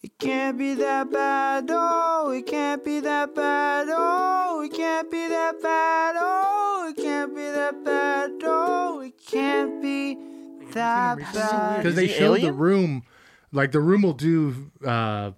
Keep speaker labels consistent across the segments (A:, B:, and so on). A: It can't be that bad, oh, it can't be that bad, oh, it can't be that bad, oh, it can't be that bad, oh, it can't be that bad.
B: because
C: Is
B: they
C: he
B: show the
C: alien?
B: room, like the room will do uh,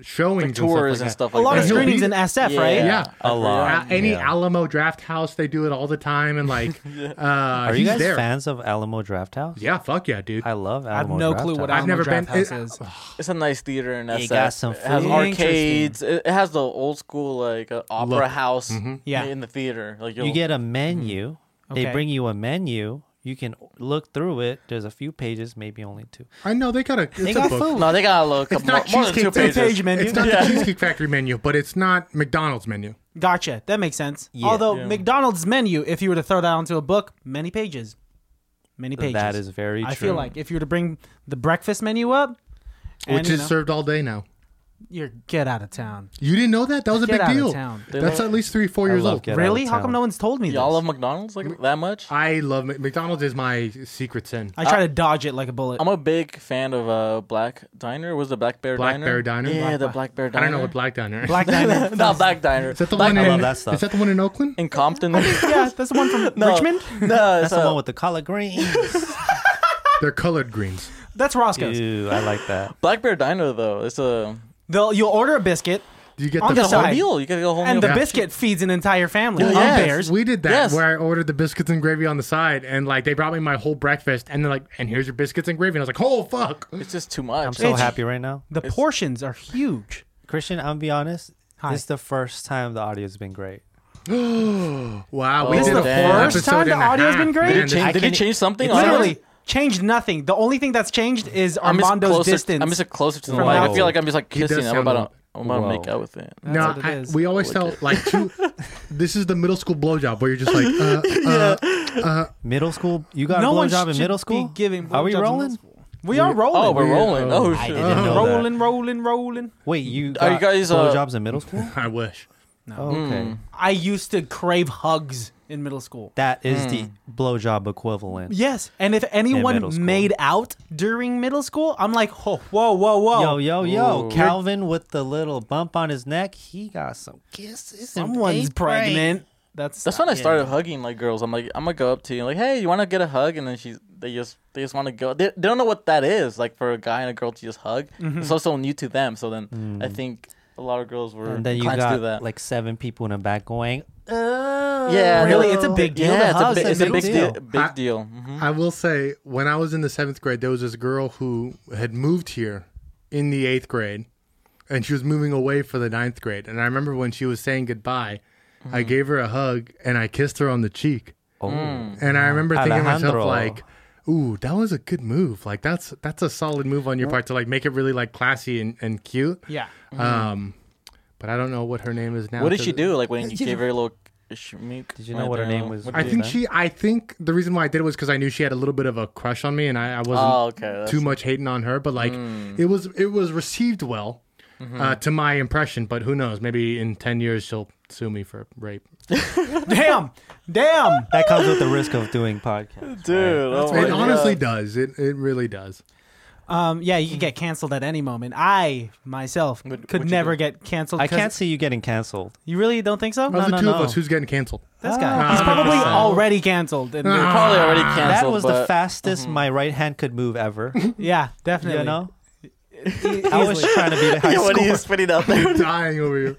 B: showings,
C: Like tours
B: and
C: and
B: stuff
C: stuff
B: like
C: like
A: A lot of
B: he'll
A: screenings
B: be-
A: in SF, right?
B: that.
C: Yeah.
B: Yeah,
C: A
B: Uh,
C: lot,
B: any
D: yeah.
B: Alamo Draft House, they do it all the time, and like, uh,
D: Are you
B: he's
D: guys
B: there.
D: fans of Alamo Draft House?
B: Yeah, fuck yeah, dude.
D: I love Alamo
A: I have no
D: Draft
A: clue what
D: House.
B: I've
A: Alamo
B: never
A: Draft
B: been- Oh, it-
A: House is.
C: It's a nice theater in SF.
D: You got some
C: it has
D: food.
C: arcades. It it has the old school like uh, opera
B: Look.
C: house
A: Yeah.
C: in the theater. Like
D: You get a menu.
A: Okay.
D: They bring you a menu. You can look through it. There's a few pages, maybe only two.
B: I know they got a. It's
D: They
B: a
D: got
B: book.
D: food.
C: No, they got a look.
B: It's
C: more,
B: not
C: more than two
B: cheesecake
C: pages.
A: page menu.
B: It's not
C: Yeah.
B: the Cheesecake Factory menu, but it's not McDonald's menu.
A: Gotcha. That makes sense.
D: Yeah.
A: Although
C: Yeah.
A: McDonald's menu, if you were to throw that onto a book, many pages, many pages.
D: That is very true.
A: I feel like if you were to bring the breakfast menu up, and,
B: which
A: you
B: is
A: know,
B: served all day now.
A: you're get out of town.
B: You didn't know that? That was a
A: Get
B: big
A: out of
B: deal.
A: town. They
B: That's
C: love-
B: at least three, four years
D: love
B: old.
D: Get Out of
A: really? How come
D: Town.
A: no one's told me
C: Y'all
A: this?
C: love McDonald's like that much?
B: I love Mc- McDonald's. Is my secret sin.
A: I try to dodge it like a bullet.
C: I'm a big fan of uh, Black Diner. Was the Black Bear
B: Black
C: Diner?
B: Bear Diner?
C: Yeah,
B: Black-
C: the Black Bear
B: I
C: Diner.
B: don't know what black diner.
A: Black Diamond.
C: Not Black Diner.
B: Is that the
C: Black
B: one?
D: I
B: in,
D: love that stuff.
B: Is that the one in Oakland?
C: in Compton.
A: yeah, that's the one from
C: No.
A: Richmond.
C: No,
D: That's the one with the collard greens.
B: They're colored greens.
A: That's Roscoe's.
D: Ew, I like that.
C: Black Bear Diner though. It's a
A: They'll, you'll order a biscuit,
B: Do you get
A: On
B: the,
A: the
C: whole
A: side.
C: meal. You get a whole
A: and the
C: meal.
A: biscuit feeds an entire family.
C: Oh, Yeah,
A: on
C: yes.
A: bears.
B: We did that
C: Yes.
B: where I ordered the biscuits and gravy on the side, and like they brought me my whole breakfast, and they're like, "And here's your biscuits and gravy," and I was like, "Oh fuck!"
C: It's just too much.
D: I'm so
A: It's-
D: happy right now.
A: the portions are huge.
D: Christian, I'm gonna be honest.
A: Hi.
D: This is the first time the audio's been great.
B: Wow, we
C: This
B: did
C: is
B: a
C: the
B: full
C: first
B: episode
A: time
B: and
A: the
B: a
A: audio's
B: half.
A: been great?
B: Man,
C: Change-
B: this-
D: I
C: did you
D: can-
C: change something?
D: It's
C: on
A: Literally
C: it?
A: changed nothing. The only thing that's changed is
C: I'm just
A: Armando's
C: closer-
A: distance.
C: I'm just closer to the
A: from
C: light. I
A: Apple.
C: feel like I'm just like
B: He does
C: kissing. I'm
B: sound a
C: about
B: little-
C: to, I'm about to make
D: Whoa.
C: out with it.
A: That's
B: no,
A: what it
B: I-
A: is.
B: we always felt like two, this is the middle school blowjob where you're just like, uh, uh,
D: Middle school, you got
A: no
D: a
A: one
D: blowjob in
A: should
D: middle
A: be
D: school.
A: giving
D: Are we
A: blowjobs in
D: rolling?
A: middle school. We are rolling.
C: Oh, we're rolling. Oh,
D: I
C: shit.
D: didn't know that.
A: rolling, rolling, rolling.
D: Wait, you
C: Are
D: got
C: you guys, uh,
D: blowjobs in middle school?
B: I wish.
D: Oh, okay,
A: I used to crave hugs in middle school.
D: that is the blowjob equivalent.
A: Yes, and if
D: middle
A: anyone
D: school.
A: made out during middle school, I'm like, oh, whoa, whoa, whoa.
D: Yo, yo, yo! Calvin with the little bump on his neck, he got some kisses. in
A: Someone's
D: eighth grade.
A: pregnant. That's
C: That's when I started hugging like girls. I'm like, I'm gonna go up to you, like, hey, you want to get a hug? And then she's, they just, they just want to go. They, they don't know what that is, like for a guy and a girl to just hug. It's also new to them. So then I think a lot of girls were
D: And then you
C: inclined to do
D: got
C: that.
D: like seven people in the back going,
C: yeah,
A: Really?
C: no,
A: It's a big deal to
C: Yeah, it's a,
A: hug?
C: big, it's
A: It's a
C: a big
D: big
C: deal.
D: deal.
B: I-
C: Big deal. Mhm.
B: I will say, when I was in the seventh grade, there was this girl who had moved here in the eighth grade, and she was moving away for the ninth grade. And I remember when she was saying goodbye, I gave her a hug and I kissed her on the cheek.
D: "Oh,
B: And I remember thinking to myself
D: Alejandro.
B: like, "Ooh, that was a good move. Like that's that's a solid move on your part to like make it really like classy and and cute."
A: yeah.
B: Um, but I don't know what her name is now.
C: What did
B: So
C: she
B: th-
C: do? Like when you gave her a little uh, schmeek?
D: Did you know what her name was?
B: I think she. I think the reason why I did it was because I knew she had a little bit of a crush on me, and I, I wasn't
C: Oh, okay. that's-
B: too much hating on her, but like it was it was received well uh, to my impression. But who knows? Maybe in ten years she'll sue me for rape.
A: Damn, damn.
D: That comes with the risk of doing podcasts.
C: Dude, oh my
B: it honestly
C: God.
B: does. It it really does.
A: Um, yeah, you could get canceled at any moment. I myself could
C: what'd you
A: never
C: do?
A: get canceled.
D: I
A: 'cause-
D: can't see you getting canceled.
A: You really don't think so?
B: Of the
D: no,
B: two of
D: no.
B: us, who's getting canceled?
A: This
D: "Ah,
A: guy. He's probably already canceled. And
C: Probably already
A: Ah,
C: canceled.
D: that was
C: but mm-hmm.
D: the fastest my right hand could move ever.
A: yeah, definitely.
D: You know, I was
A: E-, Easily.
D: trying to be the high
C: Yeah,
D: school.
C: what are you spitting out there?
B: Dying over you.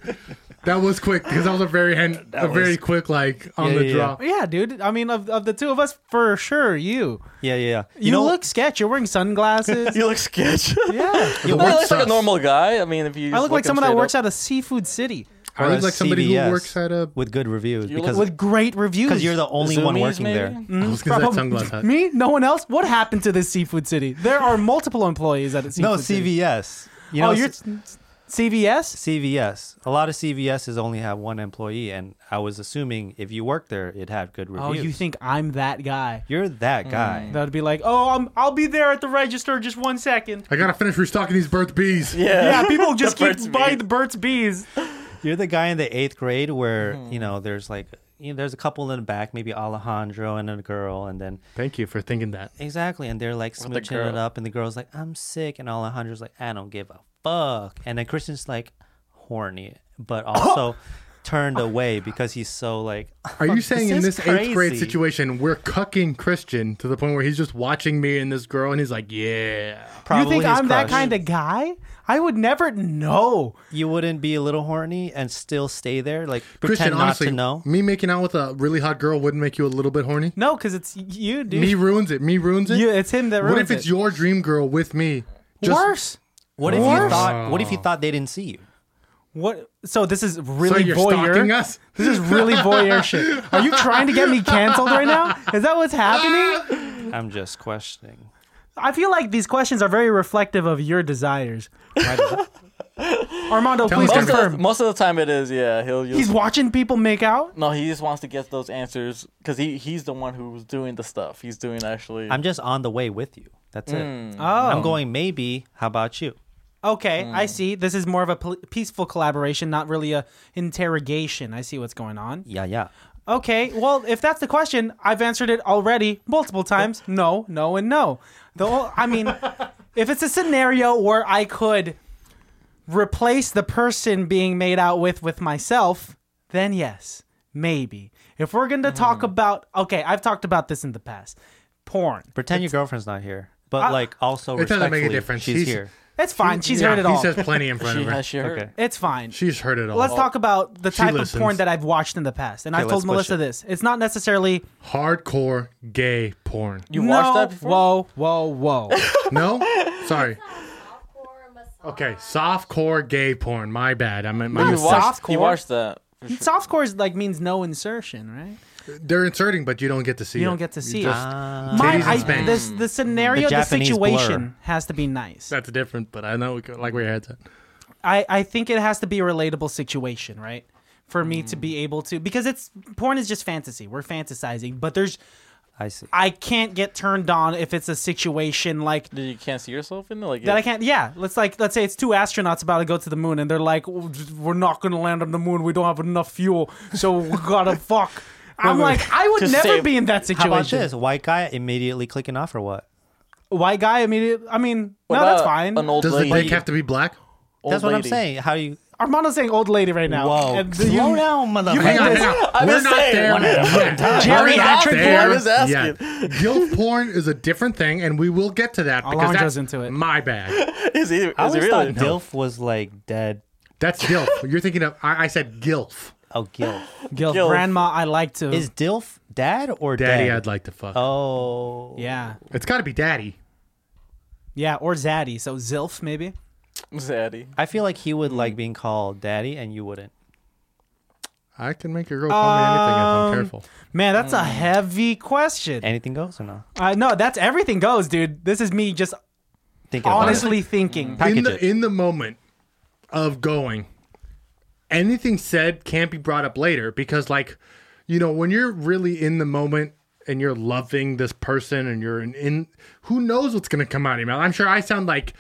B: That was quick because that was a very hand, a very quick like on
D: Yeah,
B: the
D: yeah,
B: draw.
A: Yeah, dude. I mean, of, of the two of us, for sure, you.
D: Yeah, yeah, yeah.
A: You, look sketch. You're wearing sunglasses.
C: you look sketch.
A: yeah.
B: The
C: You
B: word
C: look like
B: sucks.
C: a normal guy. I mean, if you
A: I
C: just
A: look like
C: him
A: someone that
C: straight
A: works
C: up.
A: at a seafood city
B: I
D: Or
B: look
D: a
B: like somebody who
D: CVS
B: works at a.
D: with good reviews
C: You look
D: because
A: with great reviews.
D: because you're the only one
C: Zoomies,
D: working
C: maybe?
D: there.
B: I was gonna say
A: Probably-
B: sunglass hut.
A: Me? No one else? What happened to this seafood city? There are multiple employees at a seafood
D: No,
A: city.
D: CVS. You know,
A: Oh, you're CVS?
D: CVS. A lot of CVSs only have one employee, and I was assuming if you worked there, it had good reviews.
A: Oh, you think I'm that guy?
D: you're
C: Mm.
D: that guy?
A: That would be like, oh, I'm, I'll be there at the register just one second.
B: I gotta finish restocking these birth bees.
C: Yeah.
A: Yeah, people just
C: The Burt's
A: keep buying
C: Bees.
A: the Burt's Bees.
C: Mm.
D: You're the guy in the eighth grade where you know there's like you know, there's a couple in the back, maybe Alejandro and a girl, and then
B: Thank you for thinking that.
D: exactly, and they're like
C: With the
D: smooching it
C: girl.
D: up, and the girl's like, "I'm sick," and Alejandro's like, "I don't give a fuck," and then Christian's like, horny, but also turned away because he's so like.
B: Are you saying in
D: is
B: this eighth grade
D: crazy."
B: situation we're cucking Christian to the point where he's just watching me and this girl and he's like, yeah,
D: Probably
A: you think
D: his
A: I'm that
D: crush.
A: kind of guy? I would never know.
D: You wouldn't be a little horny and still stay there, like pretend
B: Christian.
D: not
B: honestly,
D: to know.
B: me making out with a really hot girl wouldn't make you a little bit horny.
A: No, because it's you, dude.
B: Me ruins it. Me ruins it.
A: You- it's him that ruins
B: what if it's
A: it.
B: your dream girl with me? Just-
A: Worse.
D: What if you
A: Worse.
D: thought? What if you thought they didn't see you?
A: What? So this is
B: So
A: really
B: you're stalking
A: voyeur.
B: us?
A: This is really voyeur shit. Are you trying to get me canceled right now? Is that what's happening?
D: I'm just questioning.
A: I feel like these questions are very reflective of your desires. Armando,
B: Tell
A: please
B: us,
C: Most of, the,
A: confirm.
C: most of the time it is, yeah. He'll just,
A: He's watching people make out.
C: no, he just wants to get those answers because he he's the one who's doing the stuff. He's doing actually.
D: I'm just on the way with you. That's it.
A: Oh,
D: I'm going. Maybe. How about you?
A: Okay, I
B: Mm.
A: see. This is more of a pol- peaceful collaboration, not really a interrogation. I see what's going on.
D: Yeah, yeah.
A: Okay, well, if that's the question, I've answered it already multiple times. No, no, and no. The whole, I mean, if it's a scenario where I could replace the person being made out with with myself, then yes, maybe. If we're going to talk about, okay, I've talked about this in the past. Porn.
D: Pretend your girlfriend's not here, but like also
B: It doesn't make a
D: respectfully,
B: difference.
D: She's
B: He's-
D: here.
A: It's fine. She's
B: Yeah,
A: heard it
B: he
A: all.
B: says plenty in front
C: she
B: of her.
C: has she heard.
D: Okay.
A: it's fine.
B: She's heard it all.
A: Let's talk about the type of
B: listens.
A: porn that I've watched in the past. And I've
D: Okay,
A: told
D: let's push
A: Melissa
D: it.
A: this. It's not necessarily
B: Hardcore gay porn.
C: You
A: no,
C: watched that before?
A: Whoa, whoa, whoa.
B: No, sorry. Okay, softcore gay porn. My bad. I meant my
C: you
A: Soft
C: watched, you
A: core?
C: watched that. for sure.
A: Softcore is like means no insertion, right?
B: They're inserting, but you don't get to see.
A: You
B: it.
A: don't get to see
B: just-
A: it.
D: Ah.
B: titties
A: My,
B: and
A: I,
B: spank.
A: this, the scenario,
D: The
A: the,
D: Japanese blur.
A: situation has to be nice.
B: That's different, but I know we go- like where your head's at.
A: I, I think it has to be a relatable situation, right? For me to be able to, because it's porn is just fantasy. We're fantasizing, but there's
D: I see.
A: I can't get turned on if it's a situation like
C: Did you can't see yourself in it? Like
A: that I
C: it-
A: can't. Yeah, let's like let's say it's two astronauts about to go to the moon, and they're like, "We're not gonna land on the moon. We don't have enough fuel, so we gotta fuck." I'm like, I would
C: To
A: never
C: save-
A: be in that
D: How
A: situation.
D: about this? White guy immediately clicking off or what?
A: White guy immediate. I mean,
C: What
A: no, that's
C: about
A: fine.
C: An old
B: Does
C: lady.
B: the dick have to be black?
C: Old
D: That's what I'm
C: lady.
D: saying. How do you?
A: Armando's saying old lady right now.
D: Whoa!
A: And the-
D: Slow
A: you-
D: down,
B: Hang
D: motherfucker.
B: on, hang on. We're
C: just
B: not
C: saying,
B: there.
C: one
B: yet. We're
A: Jerry
B: not
A: Patrick
B: there
A: Moore
C: was asking.
B: yet. Guilt porn is a different thing, and we will get to that because
A: Alonzo's
B: that's
A: into it.
B: my bad.
C: Is he?
D: I
C: Is he
D: always thought
C: really?
D: Dilf was like dead.
B: That's Gilf. You're thinking of. I, I said Gilf.
D: Oh, Gilf.
A: Gil,
C: Gil.
A: grandma, I like to.
D: Is Dilf dad or
B: Daddy,
D: dead?
B: I'd like to fuck.
D: Oh,
A: yeah,
B: It's got to be Daddy.
A: yeah, or zaddy. So zilf maybe.
C: Zaddy.
D: I feel like he would like being called daddy, and you wouldn't.
B: I can make a girl call me anything if I'm careful.
A: Man, that's
C: Hmm.
A: a heavy question.
D: Anything goes or no?
A: Uh, no, that's everything goes, dude. This is me just
D: Thinking about it.
A: honestly thinking.
C: Hmm.
B: In
D: package
B: the
D: it.
B: in the moment of going, anything said can't be brought up later because, like, you know, when you're really in the moment and you're loving this person and you're in, in who knows what's gonna come out of your mouth. I'm sure I sound like.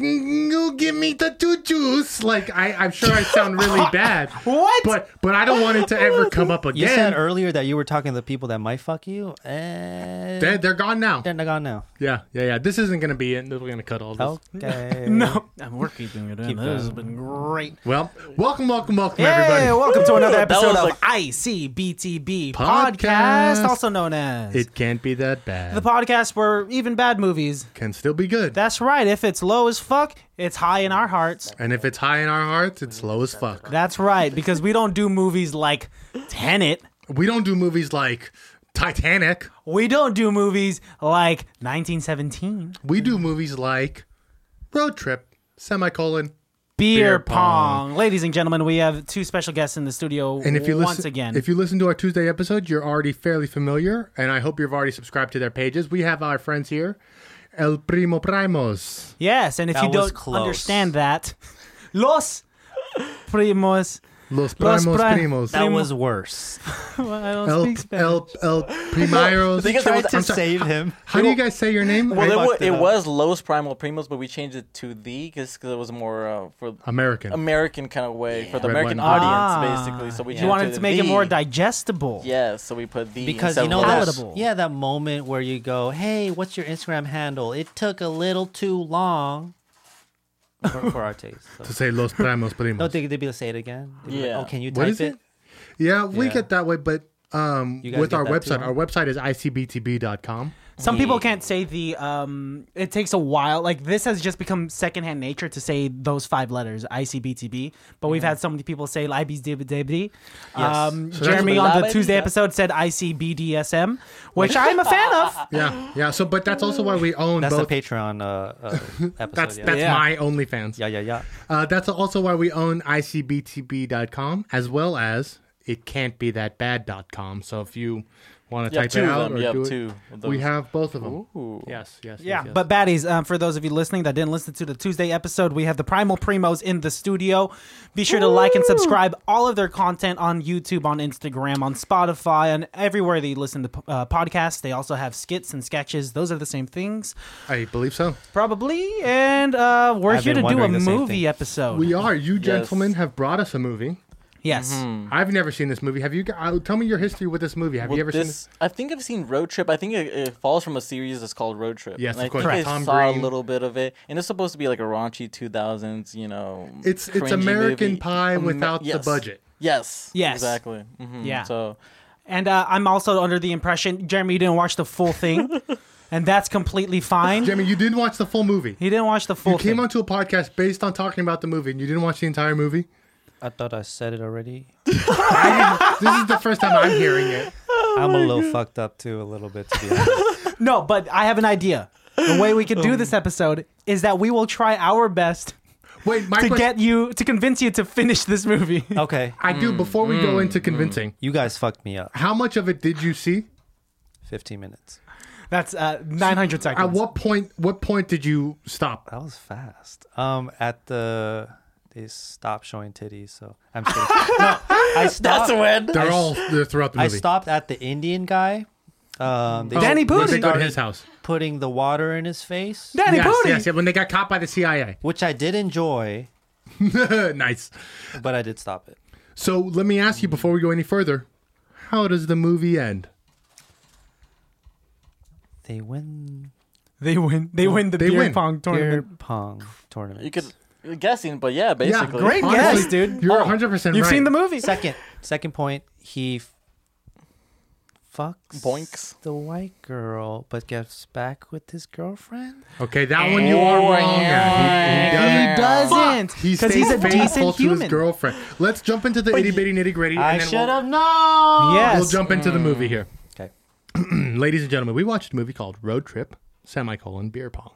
B: "Mm, You give me the two juice. Like I, I'm sure I sound really bad.
A: What?
B: But but I don't want it to ever come up
D: You said
B: again.
D: earlier that you were talking to the people that might fuck you, and
B: They're, they're gone now.
D: they're not gone now.
B: Yeah, yeah, yeah. This isn't gonna be it. We're gonna cut all
D: Oh.
B: this.
D: Okay.
A: No, I'm working. This has been great.
B: Well, welcome, welcome, welcome,
A: Hey,
B: everybody.
A: welcome to another
C: That was
A: episode of
C: like-
A: ICBTB podcast,
B: Podcast.
A: also known as
B: It can't be that bad.
A: the podcast where even bad movies.
B: Can still be good.
A: That's right. If it's low as fuck, it's high in our hearts.
B: and if it's high in our hearts, it's low as fuck.
A: That's right, because we don't do movies like Tenet.
B: We don't do movies like Titanic.
A: We don't do movies like 1917,
B: We do movies like Road Trip, semicolon. Beer
A: Beer, pong.
B: pong.
A: Ladies and gentlemen, we have two special guests in the studio
B: And if you listen,
A: once again.
B: if you listen to our Tuesday episode, you're already fairly familiar, and I hope you've already subscribed to their pages. We have our friends here, El Primo Primos.
A: Yes, and if
D: That
A: you
D: was
A: don't
D: close.
A: understand that, los primos
B: Los
A: Los
B: primos
A: pri-
B: primos.
D: That was worse.
A: I don't
B: El,
A: speak Spanish.
B: el, el primeros.
C: The thing is, it was-
D: Tried to
B: I'm sorry.
D: save him.
B: How do you guys say your name?
C: Well,
B: I-
C: it, wa-
D: fucked it
C: it
D: up.
C: was Los Primal Primos, but we changed it to the because it was more uh, for
B: American.
C: American kind of way for the
B: Red
C: American
B: button.
C: audience,
A: Ah,
C: basically. So we
A: you
C: changed
A: wanted to make it
C: the.
A: more digestible.
C: Yes, so we put the
D: because
C: instead
D: you know
C: of Los.
D: that,
A: palatable.
D: yeah that moment where you go hey what's your instagram handle it took a little too long for, for our taste so.
B: to say Los primos primos.
D: no they, they'd be like say it again They'd be like,
C: Yeah.
D: oh can you type
B: What is it? Yeah, we
D: Yeah.
B: get that way, but um,
D: You guys
B: with
D: get
B: our
D: that too,
B: website,
D: huh?
B: our website is icbtb.com.
A: Some people can't say the. Um, it takes a while. Like this has just become secondhand nature to say those five letters, ICBTB. But we've had so many people say IBDBDB. Um,
B: that's
A: Jeremy
C: what-
A: on the
C: Labadee,
A: Tuesday
C: yeah.
A: episode said ICBDSM, which I'm a fan of.
B: Yeah, yeah. So, but that's also why we own
D: that's
B: both.
D: the patreon uh, uh episode
B: that's
D: yeah.
B: that's
A: Yeah.
B: my OnlyFans.
D: yeah yeah yeah
B: Uh, that's also why we own icbtb.com as well as it can't be that bad.com. So if you want to
C: You have
B: type
C: two
B: it
C: of
B: out
C: them.
B: or
C: You have
B: do it-
C: two of
B: we
C: those.
B: have both of them.
C: Ooh.
B: Yes, yes,
A: Yeah,
B: yes, yes.
A: but baddies, um, for those of you listening that didn't listen to the Tuesday episode, we have the Primal Primos in the studio. Be sure to like and subscribe all of their content on YouTube, on Instagram, on Spotify, and everywhere that you listen to uh, podcasts. They also have skits and sketches. Those are the same things,
B: I believe so.
A: probably. And uh, we're
D: I've
A: here to
D: been
A: do a
D: wondering the same
A: movie
D: thing.
A: episode.
B: We are. You gentlemen have brought us a movie.
A: yes.
D: Mm-hmm.
B: I've never seen this movie. Have you? gu- uh, Tell me your history with this movie. Have
C: Well,
B: you ever seen
C: this, I think I've seen Road Trip. I think it, it falls from a series that's called Road Trip.
B: Yes, of
C: and I
B: course.
C: Think I
B: Correct. Tom
C: saw
B: Green.
C: a little bit of it, and it's supposed to be like a raunchy 2000s, you know.
B: It's it's
C: cringy
B: American
C: movie.
B: Pie
C: Ama-
B: without
C: yes.
B: the budget.
C: Yes.
A: Yes.
C: Exactly. hmm
A: Yeah.
C: So
A: And uh, I'm also under the impression, Jeremy, you didn't watch the full thing, and that's completely fine.
B: Jeremy, you didn't watch the full movie.
A: He didn't watch the full
B: You came
A: thing.
B: onto a podcast based on talking about the movie, and you didn't watch the entire movie.
D: i thought i said it already
B: This is the first time I'm hearing it.
D: i'm a little fucked up too a little bit to be honest.
A: No, but I have an idea. The way we could
B: Oh.
A: do this episode is that we will try our best
B: Wait, my
A: to
B: question,
A: get you to convince you to finish this movie.
B: Oh.
D: okay
B: I do. Before we go into convincing,
D: you guys fucked me up
B: how much of it did you see?
D: 15 minutes
A: That's uh, 900
B: At
A: seconds.
B: what point? What point did you stop?
D: that was fast um at the they stopped showing titties so i'm just kidding. no, i stopped
A: Uh,
C: that's a win.
B: They're all they're throughout the
D: I
B: movie.
D: stopped at the Indian guy. Um, they
B: Oh,
A: Danny
B: when They
A: Pudi.
B: go to his house.
D: putting the water in his face,
A: Danny
B: Yes,
A: Pudi.
B: yes, yeah. When they got caught by the CIA.
D: which I did enjoy,
B: nice.
D: but I did stop it.
B: So let me ask you before we go any further, how does the movie end?
D: They win
A: They win. They win the
B: They
A: beer
B: win.
A: pong
D: beer
A: tournament.
D: pong tournament.
C: You could you're guessing, but yeah, basically.
A: great.
B: Honestly,
A: guess, dude.
B: You're
C: Oh,
B: 100 percent.
A: You've seen the movie.
D: second second point. He f- fucks
C: Boinks.
D: the white girl, but gets back with his girlfriend.
B: Okay, that one you are wrong. at. He- he doesn't-
A: He doesn't.
B: He
A: Because
B: stays
A: he's a
B: faithful
A: decent
B: to his
A: human.
B: girlfriend. Let's jump into the itty bitty nitty gritty,
D: I
B: and then
D: should
B: we'll,
D: have known.
A: Yes.
B: we'll jump into the movie here.
D: Okay.
B: Ladies and gentlemen, we watched a movie called Road Trip: Semicolon Beer Pong.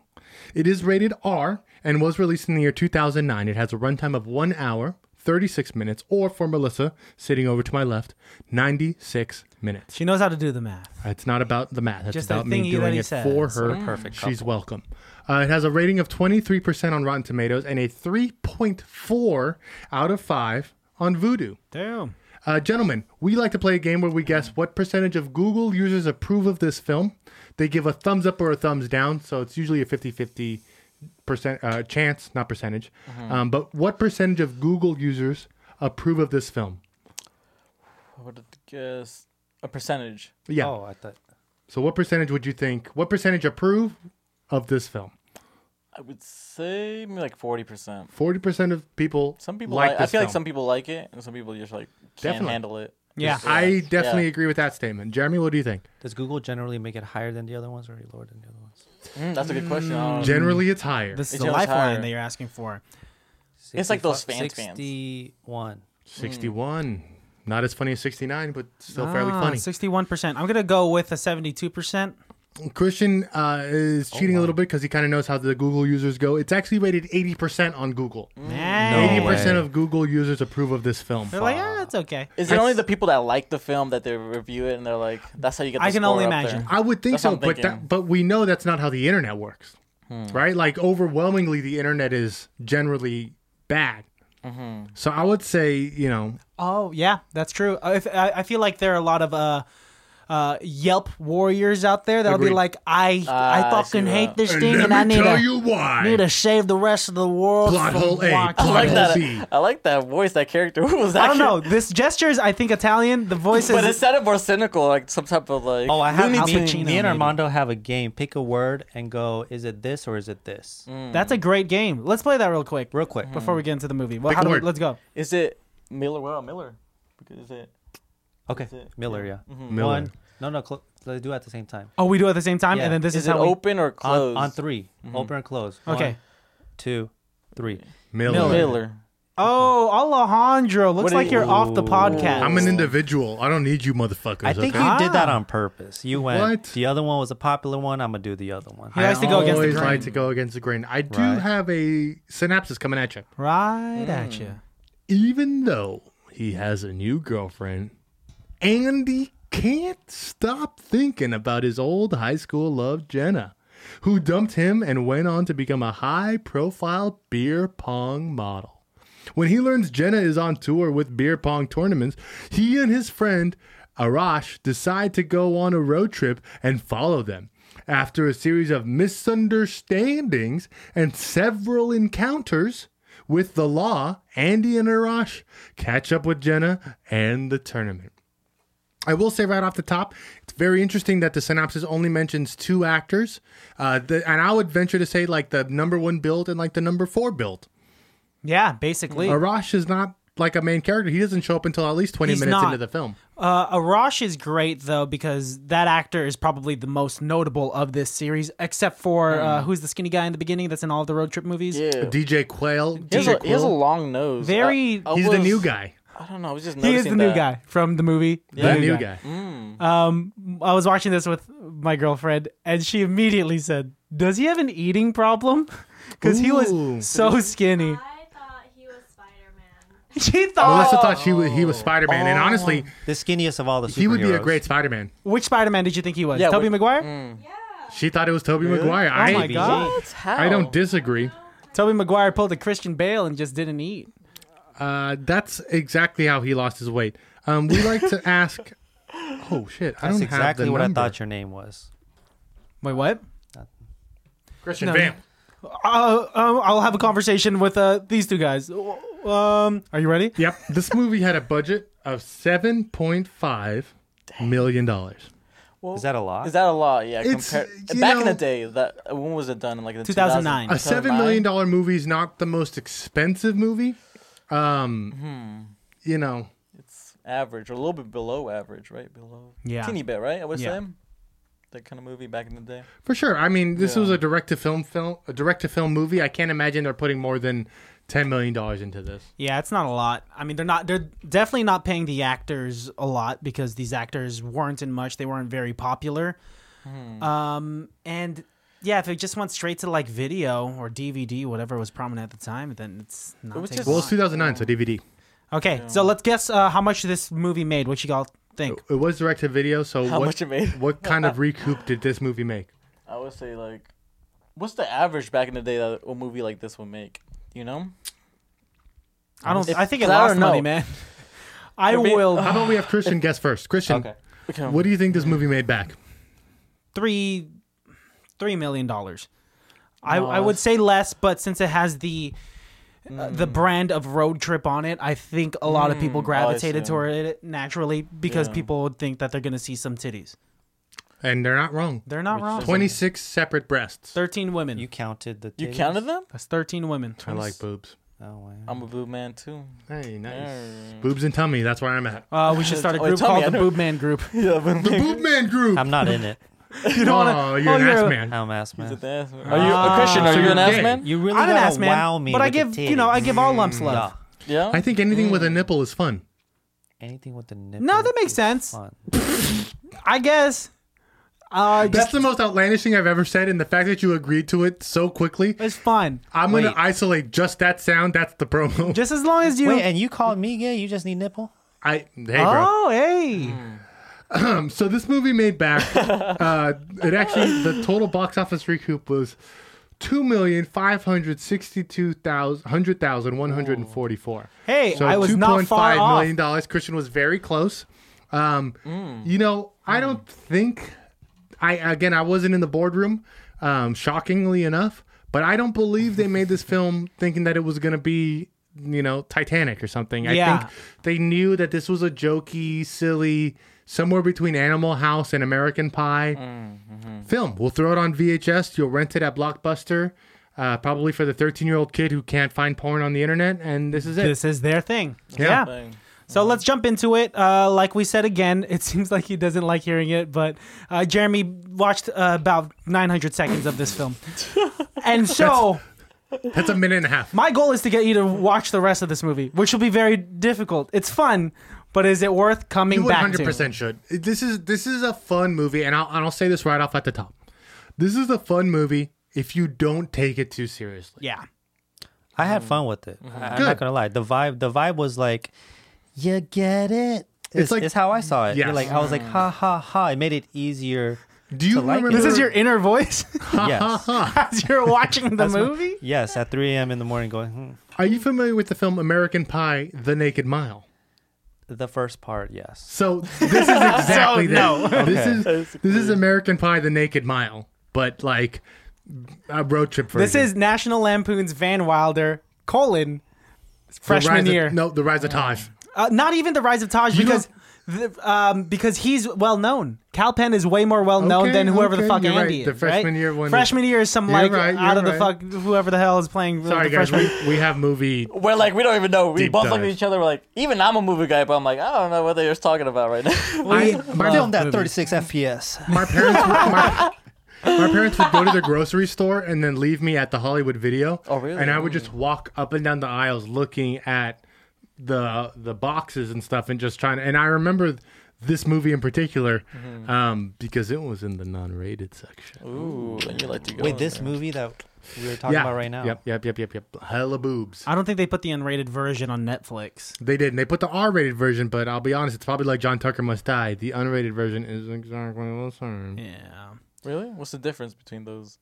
B: It is rated R and was released in the year 2009. It has a runtime of one hour, 36 minutes, or for Melissa sitting over to my left, 96 minutes.
A: She knows how to do the math.
B: It's not about the math. It's
A: Just the
B: about me
A: thingy that
B: doing
A: he
B: it
A: says.
B: for her.
D: perfect
B: She's welcome. Uh, it has a rating of 23% on Rotten Tomatoes and a 3.4 out of 5 on Voodoo.
A: Damn.
B: Uh, gentlemen, we like to play a game where we guess what percentage of Google users approve of this film. They give a thumbs up or a thumbs down, so it's usually a 50 50 percent uh, chance, not percentage. Um, but what percentage of Google users approve of this film?
C: I would guess a percentage.
B: Yeah.
D: Oh, I thought
B: So, what percentage would you think? What percentage approve of this film?
C: I would say maybe like forty percent.
B: Forty percent of people.
C: Some people
B: like.
C: like. I
B: this
C: feel like
B: film.
C: some people like it, and some people just like can't
B: Definitely.
C: handle it.
A: Yeah.
B: I definitely
C: Yeah.
B: agree with that statement. Jeremy, what do you think?
D: does Google generally make it higher than the other ones or lower than the other ones?
C: Mm, that's a good question. I don't know.
B: Generally, it's higher.
A: This is
C: It's
A: a
C: almost
A: lifeline
C: higher.
A: that you're asking for.
C: It's like those
D: 65
C: fans fans.
D: 61.
B: Sixty-one. Not as funny as sixty-nine, but still fairly
A: Ah,
B: funny.
A: 61%. I'm going to go with a 72%.
B: Christian uh, is cheating a little bit because he kind of knows how the Google users go. It's actually rated eighty percent on Google.
A: Nah.
B: Eighty
D: No way.
B: percent of Google users approve of this film.
A: They're like, ah, it's okay.
C: Is it only the people that like the film that they review it and they're like, "That's how you get." The
A: I can only
C: score up there."
A: imagine.
B: I would think
C: That's
B: so,
C: what I'm
B: but
C: thinking. Hmm.
B: that, but we know that's not how the internet works, right? Like overwhelmingly, the internet is generally bad.
C: Mm-hmm.
B: So I would say, you know,
A: Oh yeah, that's true. I, I I feel like there are a lot of uh, uh, Yelp warriors out there that'll be
B: Agreed.
A: like, I I
C: Ah, I
A: fucking
C: see
A: hate
C: that.
A: this thing, and I need to
B: why.
A: need to save the rest of the world.
B: Plot
A: from
B: hole A,
A: watching
B: plot
C: I like
B: hole
A: this."
C: that.
B: B.
C: I like that voice. That character. Who was that?
A: I don't know.
C: character?
A: This gesture is, I think, Italian. The voice is.
C: But it sounded more cynical, like some type of like.
D: Oh, I have
A: Looney
D: me,
A: Tunes.
D: me
A: Maybe.
D: and Armando have a game. Pick a word and go. Is it this or is it this?
C: Mm-hmm. Hmm.
A: that's a great game. Let's play that real quick.
D: Real quick.
A: Before we get into the movie, well,
B: Pick
A: how
B: a
A: do we,
B: word.
A: let's go.
C: Is it Miller? Well, Miller. Is it?
D: Okay,
C: it- Mm-hmm.
D: Miller. Yeah.
B: Miller.
D: One. No, no. Cl- let's do it at the same time.
A: Oh, we do it at the same time,
D: Yeah.
A: and then this is,
C: Is it
A: how we.
C: open or
D: On,
C: closed?
D: on 3
C: Mm-hmm.
D: Open and close. One,
A: Okay.
D: two, three.
B: Miller.
C: Miller.
A: Oh, Alejandro, looks
C: What
A: like
C: is-
A: you're off the
D: Ooh.
A: podcast.
B: I'm an individual. I don't need you, motherfuckers.
D: I think
B: okay?
D: you did that
A: Ah.
D: on purpose. You went.
B: What?
D: The other one was a popular one. I'm gonna do the other one.
A: He likes to go against the
B: always
A: grain.
B: like to go against the grain. I do
D: Right.
B: have a synapses coming at you.
A: right
C: Hmm.
A: at you.
B: Even though he has a new girlfriend, Andy can't stop thinking about his old high school love, Jenna, who dumped him and went on to become a high profile beer pong model. When he learns Jenna is on tour with beer pong tournaments, he and his friend Arash decide to go on a road trip and follow them. After a series of misunderstandings and several encounters with the law, Andy and Arash catch up with Jenna and the tournament. I will say right off the top, it's very interesting that the synopsis only mentions two actors, uh, the, and I would venture to say like the number one build and like the number four build.
A: Yeah, basically.
B: Arash is not like a main character. He doesn't show up until at least 20
A: He's
B: minutes
A: not.
B: into the film.
A: Uh, Arash is great though because that actor is probably the most notable of this series, except for uh, who's the skinny guy in the beginning that's in all the road trip movies.
C: Yeah.
B: DJ Quail.
C: He has,
B: DJ
C: a, he has a
B: Quill,
C: long nose.
A: Very-
C: I- I
B: he's the
C: was-
B: new guy.
C: I don't know. I was just
A: He is the
C: noticing
A: new
C: that.
A: guy from the movie.
B: The new guy.
A: Um, I was watching this with my girlfriend, and she immediately said, "Does he have an eating problem?" Because he
B: Ooh.
A: was so skinny.
E: I thought he was Spider Man.
A: She
B: Melissa
A: thought.
B: thought she was, he was Spider Man, and honestly,
D: The skinniest of all the superheroes.
B: he would be a great Spider Man.
A: Which Spider-Man did you think he was?
C: Yeah,
A: Toby
C: which-
A: Maguire.
E: Yeah.
B: She thought it was Tobey Maguire.
A: Oh
B: I,
A: my god.
C: What? How?
B: I don't disagree.
A: Toby Maguire pulled a Christian Bale and just didn't eat.
B: Uh, that's exactly how he lost his weight. Um, we like to ask. Oh shit! I
D: That's
B: don't
D: exactly
B: have the
D: what
B: number.
D: I thought your name was.
A: Wait, what?
B: Christian
A: No.
B: Bale.
A: uh, um, I'll have a conversation with uh, these two guys. Um, are you ready?
B: Yep. This movie had a budget of seven point five million dollars.
D: Is that a lot?
C: Is that a lot? Yeah.
B: It's,
C: Compared,
B: you
C: back in
B: know-
C: the day, that when was it done? Like in the
A: 2009.
C: 2000,
B: A seven million dollar movie is not the most expensive movie. Um,
C: Hmm.
B: you know,
C: It's average or a little bit below average, right? Below.
A: Yeah.
C: Teeny bit, right? I would
A: Yeah.
C: say. That kind of movie back in the day.
B: for sure. I mean, this
C: Yeah.
B: was a direct to film film, a direct to film movie. I can't imagine they're putting more than ten million dollars into this.
A: Yeah, it's not a lot. I mean, they're not. They're definitely not paying the actors a lot because these actors weren't in much. They weren't very popular.
C: Hmm.
A: Um, and yeah, if it just went straight to like video or DVD, whatever was prominent at the time, then it's not.
C: It was
A: taking
C: just-
A: a
B: Well,
A: lot.
B: it's 2009, so DVD.
A: okay, so let's guess uh, how much this movie made. What you all think?
B: It was direct to video, so
C: How
B: what,
C: much it made?
B: what kind of recoup did this movie make?
C: I would say like, what's the average back in the day that a movie like this would make? You know,
A: I don't.
C: If-
A: I think it
C: 'cause I
A: lost
C: don't
A: money,
C: know.
A: man. I
C: It'd be-
A: will
B: How about we have Christian guess first? Christian,
C: Okay.
B: what do you think this movie made back?
A: three three million dollars. I,
C: No,
A: I would say less, but since it has the uh, the brand of road trip on it, I think a lot of people
C: Mm, I
A: gravitated
C: see.
A: toward it naturally because
C: Yeah.
A: people would think that they're gonna see some titties.
B: And they're not wrong.
A: They're not wrong.
C: is-
B: 26 separate breasts.
A: Thirteen women.
D: You counted the.
C: you
D: titties?
C: counted them?
A: That's thirteen women.
B: I like boobs.
D: Oh wow.
C: I'm a boob man too.
B: Hey, nice.
C: Yeah.
B: Boobs and tummy. That's where I'm at.
A: Uh, we should start a
C: Oh,
A: group
C: tell me,
A: called
C: I
A: the
C: don't-
A: Boob Man Group.
C: Yeah, but
B: The Boob Man Group.
D: I'm not in it.
B: you don't oh, you're
A: oh,
B: an
A: you're
B: ass
A: a-
B: man.
D: I'm ass
C: Is
D: man.
C: it the ass man? Are you a Christian?
B: Ah,
C: Are
B: so
C: you an
B: you're
C: ass
B: gay.
C: man?
D: You really
A: I'm an
D: gotta
A: ass man,
D: wow me.
A: but
D: with
A: I give
D: the
A: you know I
D: titties.
A: give all lumps
D: Yeah.
A: love.
C: Yeah.
B: I think anything with a nipple is fun.
D: Anything with the nipple.
A: No, that makes
D: is
A: sense.
D: fun.
A: I guess. Uh,
B: That's
A: just
B: the most outlandish thing I've ever said, and the fact that you agreed to it so quickly,
A: it's fun.
B: I'm going
D: Wait.
B: to isolate just that sound. That's the promo.
A: Just as long as you.
D: Wait, and you called me gay? You just need nipple?
B: I, hey, bro.
A: oh, hey.
B: So this movie made back. uh, it actually the total box office recoup was two million five hundred sixty-two thousand hundred thousand one hundred and forty-four.
A: Hey,
B: So
A: I was
B: two
A: not
B: point
A: far
B: five
A: off.
B: million dollars. Christian was very close. Um, You know, I don't think. I again, I wasn't in the boardroom. Um, shockingly enough, but I don't believe they made this film thinking that it was going to be, you know, Titanic or something. I
A: Yeah.
B: think they knew that this was a jokey, silly, somewhere between Animal House and American Pie
A: Mm-hmm.
B: film. We'll throw it on VHS. You'll rent it at Blockbuster, uh, probably for the 13 year old kid who can't find porn on the internet. And this is it.
A: This is their thing.
B: Yeah.
A: yeah.
C: Thing.
A: So let's jump into it. Uh, like we said again, it seems like he doesn't like hearing it, but uh, Jeremy watched uh, about 900 seconds of this film. and so
B: That's a minute and a half.
A: my goal is to get you to watch the rest of this movie, which will be very difficult. It's fun, but is it worth coming
B: You
A: back
B: 100
A: to?
B: percent should. This is this is a fun movie, and I'll and I'll say this right off at the top. This is a fun movie if you don't take it too seriously.
A: Yeah.
D: I had fun with it. I, am
B: Good.
D: not gonna lie. The vibe, the vibe was like, you get it. It's
B: like-
D: like it's how I saw it.
B: Yes.
D: You're like I was like ha ha ha. It made it easier.
B: Do you
D: To like it.
B: remember?
A: This is your inner voice
D: Yes,
A: as you're watching the
D: That's my-
A: movie?
D: yes. At 3 a.m. in the morning, going hmm.
B: Are you familiar with the film American Pie: The Naked Mile?
D: the first part. Yes.
B: So this is exactly that. This
D: Okay.
B: is this is American Pie: The Naked Mile, but like a road trip version.
A: This is National Lampoon's Van Wilder, colon,
B: The Rise
A: freshman
B: of-
A: year.
B: No, the Rise of Taj.
A: Uh, not even the rise of Taj
B: You
A: because the, um, because he's well known. Cal Penn is way more well known
B: Okay,
A: than whoever
B: okay,
A: the fuck
B: you're right.
A: Andy is.
B: The freshman
A: right?
B: year one is-
A: Freshman year is some
B: You're
A: like
B: right,
A: out of
B: you're
A: the
B: right.
A: fuck whoever the hell is playing. Oh. the
B: Sorry guys,
A: freshman.
B: we, we have movie.
C: We're like we don't even know. We
B: Deep
C: both look at
B: dive.
C: each other. We're like, even I'm a movie guy, but I'm like, I don't know what they're talking about right now.
B: I, my,
D: Film that 36 FPS.
B: my parents would, my, my parents would go to the grocery store and then leave me at the Hollywood Video.
C: Oh, really?
B: And I would just walk up and down the aisles looking at the the boxes and stuff and just trying. to- And I remember this movie in particular um, because it was in the non-rated section.
C: Ooh, and you like to go
D: Wait,
C: in
D: this
C: there.
D: movie that we were talking about right now.
B: Yep, yep, yep, yep, yep. Hella boobs.
A: I don't think they put the unrated version on Netflix.
B: They didn't. They put the R-rated version, but I'll be honest, it's probably like John Tucker Must Die. The unrated version is exactly the same.
A: Yeah,
C: Really? What's the difference between those?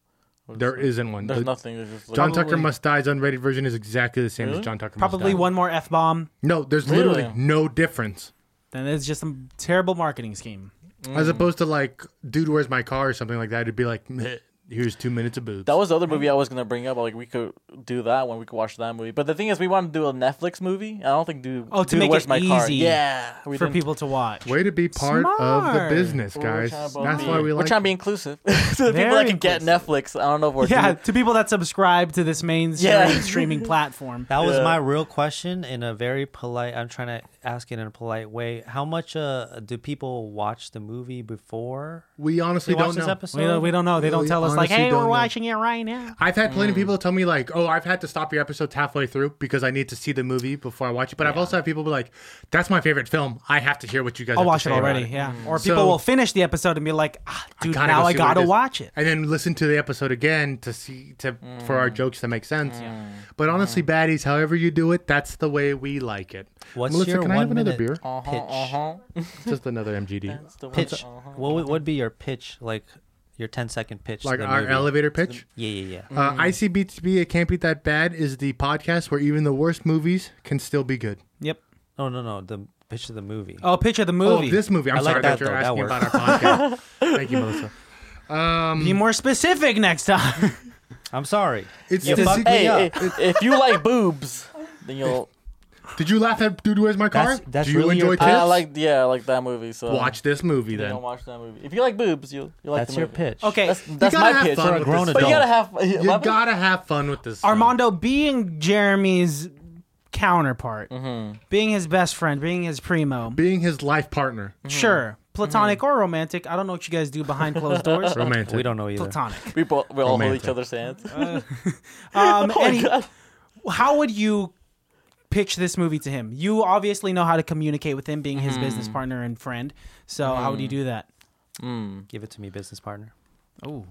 C: Or
B: There
C: just-
B: isn't one.
C: There's
B: The-
C: nothing. There's just like,
B: John Tucker Must Die's unrated version is exactly the same as
C: Really?
B: John Tucker Must Die.
A: probably one more f bomb.
B: No, there's
C: Really?
B: literally no difference.
A: Then it's just some terrible marketing scheme.
C: Mm.
B: As opposed to like, dude, where's my car or something like that. It'd be like, "Meh, here's two minutes of boobs.
C: That was the other movie I was gonna bring up. Like we could do that one. We could watch that movie. But the thing is, we want to do a Netflix movie. I don't think do
A: Oh, to
C: do
A: make
C: Where's
A: it
C: my car.
A: easy
C: Yeah, we
A: for
C: didn't-
A: people to watch.
B: Way to be part of
A: Smart.
B: the business,
C: We're trying
B: guys.
C: to
B: That's
C: both be-
B: why we
C: we're
B: like.
C: trying to be inclusive to the people that
A: Very
C: can get Netflix. I don't know if we're
A: Yeah,
C: doing-
A: to people that subscribe to this mainstream
C: Yeah.
A: streaming platform.
D: That was
C: Yeah.
D: my real question in a very polite. I'm trying to ask it in a polite way. How much uh, do people watch the movie before
B: we honestly
D: they watch
B: don't
D: this
B: know.
D: episode?
A: We don't, we don't know. They don't
B: We
A: tell us like,
B: honestly
A: "Hey,
B: don't
A: we're
B: know.
A: watching it right now."
B: I've had plenty
C: Mm.
B: of people tell me like, "Oh, I've had to stop your episodes halfway through because I need to see the movie before I watch it." But I've also had people be like, "That's my favorite film. I have to hear what you guys."
A: I'll
B: have to
A: watch
B: say
A: it
B: about Mm.
A: already. Yeah. Or people
B: So-
A: will finish the episode and be like, ah, dude,
B: gotta go
A: now I
B: see what it
A: gotta
B: is.
A: watch it.
B: and then listen to the episode again to see to for
D: Mm.
B: our jokes to make sense. But honestly, baddies, however you do it, that's the way we like it.
D: What's
B: Melissa,
D: your
B: can I have another
D: one-minute-
B: beer?
C: Uh-huh,
D: Pitch.
C: uh-huh.
B: Just another MGD,
C: That's the one.
D: pitch.
C: Uh-huh.
D: What would, would be your pitch, like your 10 second pitch? to
B: like
D: the
B: our
D: movie?
B: elevator pitch.
D: Yeah, yeah, yeah.
B: Uh, ICBTB, it can't beat that bad. Is the podcast where even the worst movies can still be good.
A: Yep.
D: No, no, no. The pitch of the movie.
A: Oh, picture the movie.
B: Oh, this movie. I'm
D: I like
B: sorry
D: that,
B: that, you're
D: though. That
B: asking about
D: works.
B: our podcast. Thank you, Melissa. Um,
A: Be more specific next time.
D: I'm sorry.
B: It's
D: You
B: the
D: fucked
B: sequel-
D: me
C: Hey,
D: up.
C: i- if, you like boobs, then you'll.
B: Did you laugh at Dude Where's My Car?
D: That's- that's
B: do you
D: really your
B: enjoy
D: pitch?
B: tits?
C: I like yeah, I like that movie. So
B: Watch this movie
C: Then
B: then.
C: don't watch that movie. If you like boobs, you you like
D: That's
C: the
D: your
C: movie.
D: pitch.
A: okay.
C: That's, that's
B: gotta
C: my
B: have
C: pitch.
B: fun
D: For a
B: with
D: grown
B: this
C: But you
B: film.
C: gotta have.
B: You gotta have fun with this. film.
A: Armando being Jeremy's counterpart,
B: Mm-hmm.
A: being his best friend, being his primo.
B: being his life partner,
A: sure. Platonic
B: Mm-hmm.
A: or romantic. I don't know what you guys do behind closed doors.
B: romantic.
D: We don't know either.
A: Platonic.
C: We both we all hold
B: Romantic.
C: each other's hands.
A: Um,
C: Oh
A: and
C: my
A: he-
C: god.
A: how would you pitch this movie to him? You obviously know how to communicate with him, being his
B: Mm-hmm.
A: business partner and friend. So how would you do that?
B: Mm.
D: Give it to me, business partner.
A: Oh.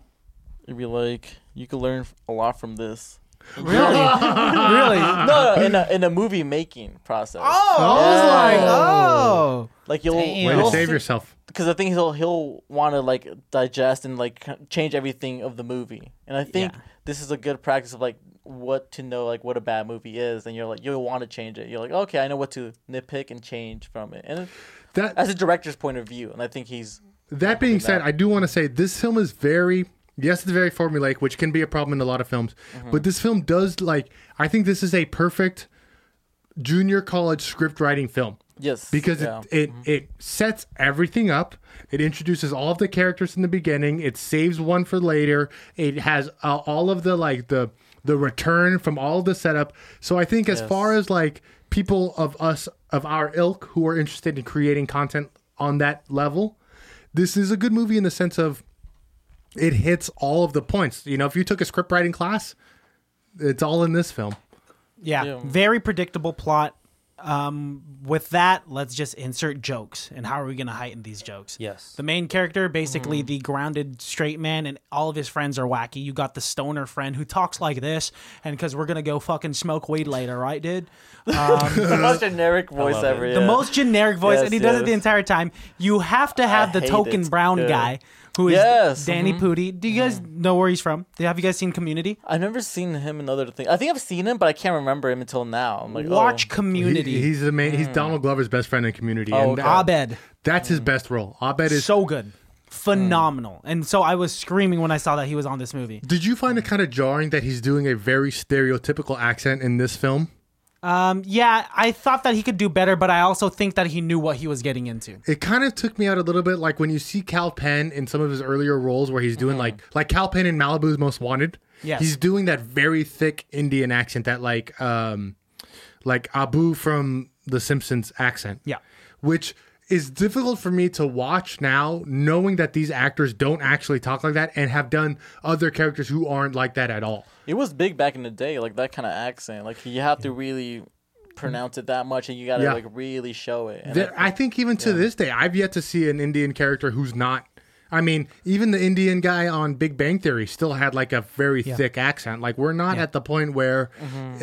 C: You'd be like, you could learn a lot from this.
A: Really? really?
C: No, no, in a in a movie making process.
A: Oh, I was like, oh.
C: Like you'll
D: Damn.
B: Way to
C: you'll
B: save
C: see-
B: yourself.
C: because I think he'll he'll want to like digest and like k- change everything of the movie. And I think
A: Yeah.
C: this is a good practice of like what to know like what a bad movie is, and you're like you'll want to change it. You're like okay, I know what to nitpick and change from it. And
B: That
C: as a director's point of view, and I think he's
B: that being said, I do want to say this film is very yes, it's very formulaic, which can be a problem in a lot of films.
D: Mm-hmm.
B: But this film does like I think this is a perfect junior college script writing film.
C: yes
B: because
C: yeah. Mm-hmm.
B: it it, it sets everything up. It introduces all of the characters in the beginning. It saves one for later. It has uh, all of the like the the return from all the setup. So I think as far as like people of us of our ilk who are interested in creating content on that level, this is a good movie in the sense of it hits all of the points. You know, if you took a script writing class, it's all in this film.
A: Yeah.
C: Yeah.
A: Very predictable plot. Um, with that, let's just insert jokes. And how are we going to heighten these jokes?
D: Yes.
A: The main character, basically the grounded straight man, and all of his friends are wacky. You got the stoner friend who talks like this, and because we're going to go fucking smoke weed later, right, dude?
C: Um, the most generic voice
D: love it.
C: ever.
A: the
C: yeah.
A: most generic voice,
C: Yes,
A: and he does it the
C: yes.
A: entire time. You have to have the
C: hate
A: token
C: it,
A: brown
C: dude.
A: guy who is
C: Yes, mm-hmm.
A: Danny Pudi. Do you guys know where he's from? Have you guys seen Community?
C: I've never seen him in other things. I think I've seen him, but I can't remember him until now. I'm like oh.
A: Watch
B: He-
A: Community.
B: he's the main. He's Donald Glover's best friend in Community.
C: Mm. Oh,
B: and,
C: okay.
B: uh,
A: Abed,
B: That's his best role. Abed is.
A: so good, phenomenal. And so I was screaming when I saw that he was on this movie.
B: Did you find it kind of jarring that he's doing a very stereotypical accent in this film?
A: Um, yeah, I thought that he could do better, but I also think that he knew what he was getting into.
B: It kind of took me out a little bit. Like when you see Cal Penn in some of his earlier roles, where he's doing like like Cal Penn in Malibu's Most Wanted.
A: Mm-hmm. Yes.
B: he's doing that very thick Indian accent, that like um, like Abu from The Simpsons accent.
A: Yeah.
B: which is difficult for me to watch now, knowing that these actors don't actually talk like that and have done other characters who aren't like that at all.
C: It was big back in the day, like that kind of accent. Like you have to really pronounce it that much, and you gotta
B: Yeah.
C: like really show it. And
B: There, I think even to this day, I've yet to see an Indian character who's not. I mean, even the Indian guy on Big Bang Theory still had like a very thick accent. Like we're not at the point where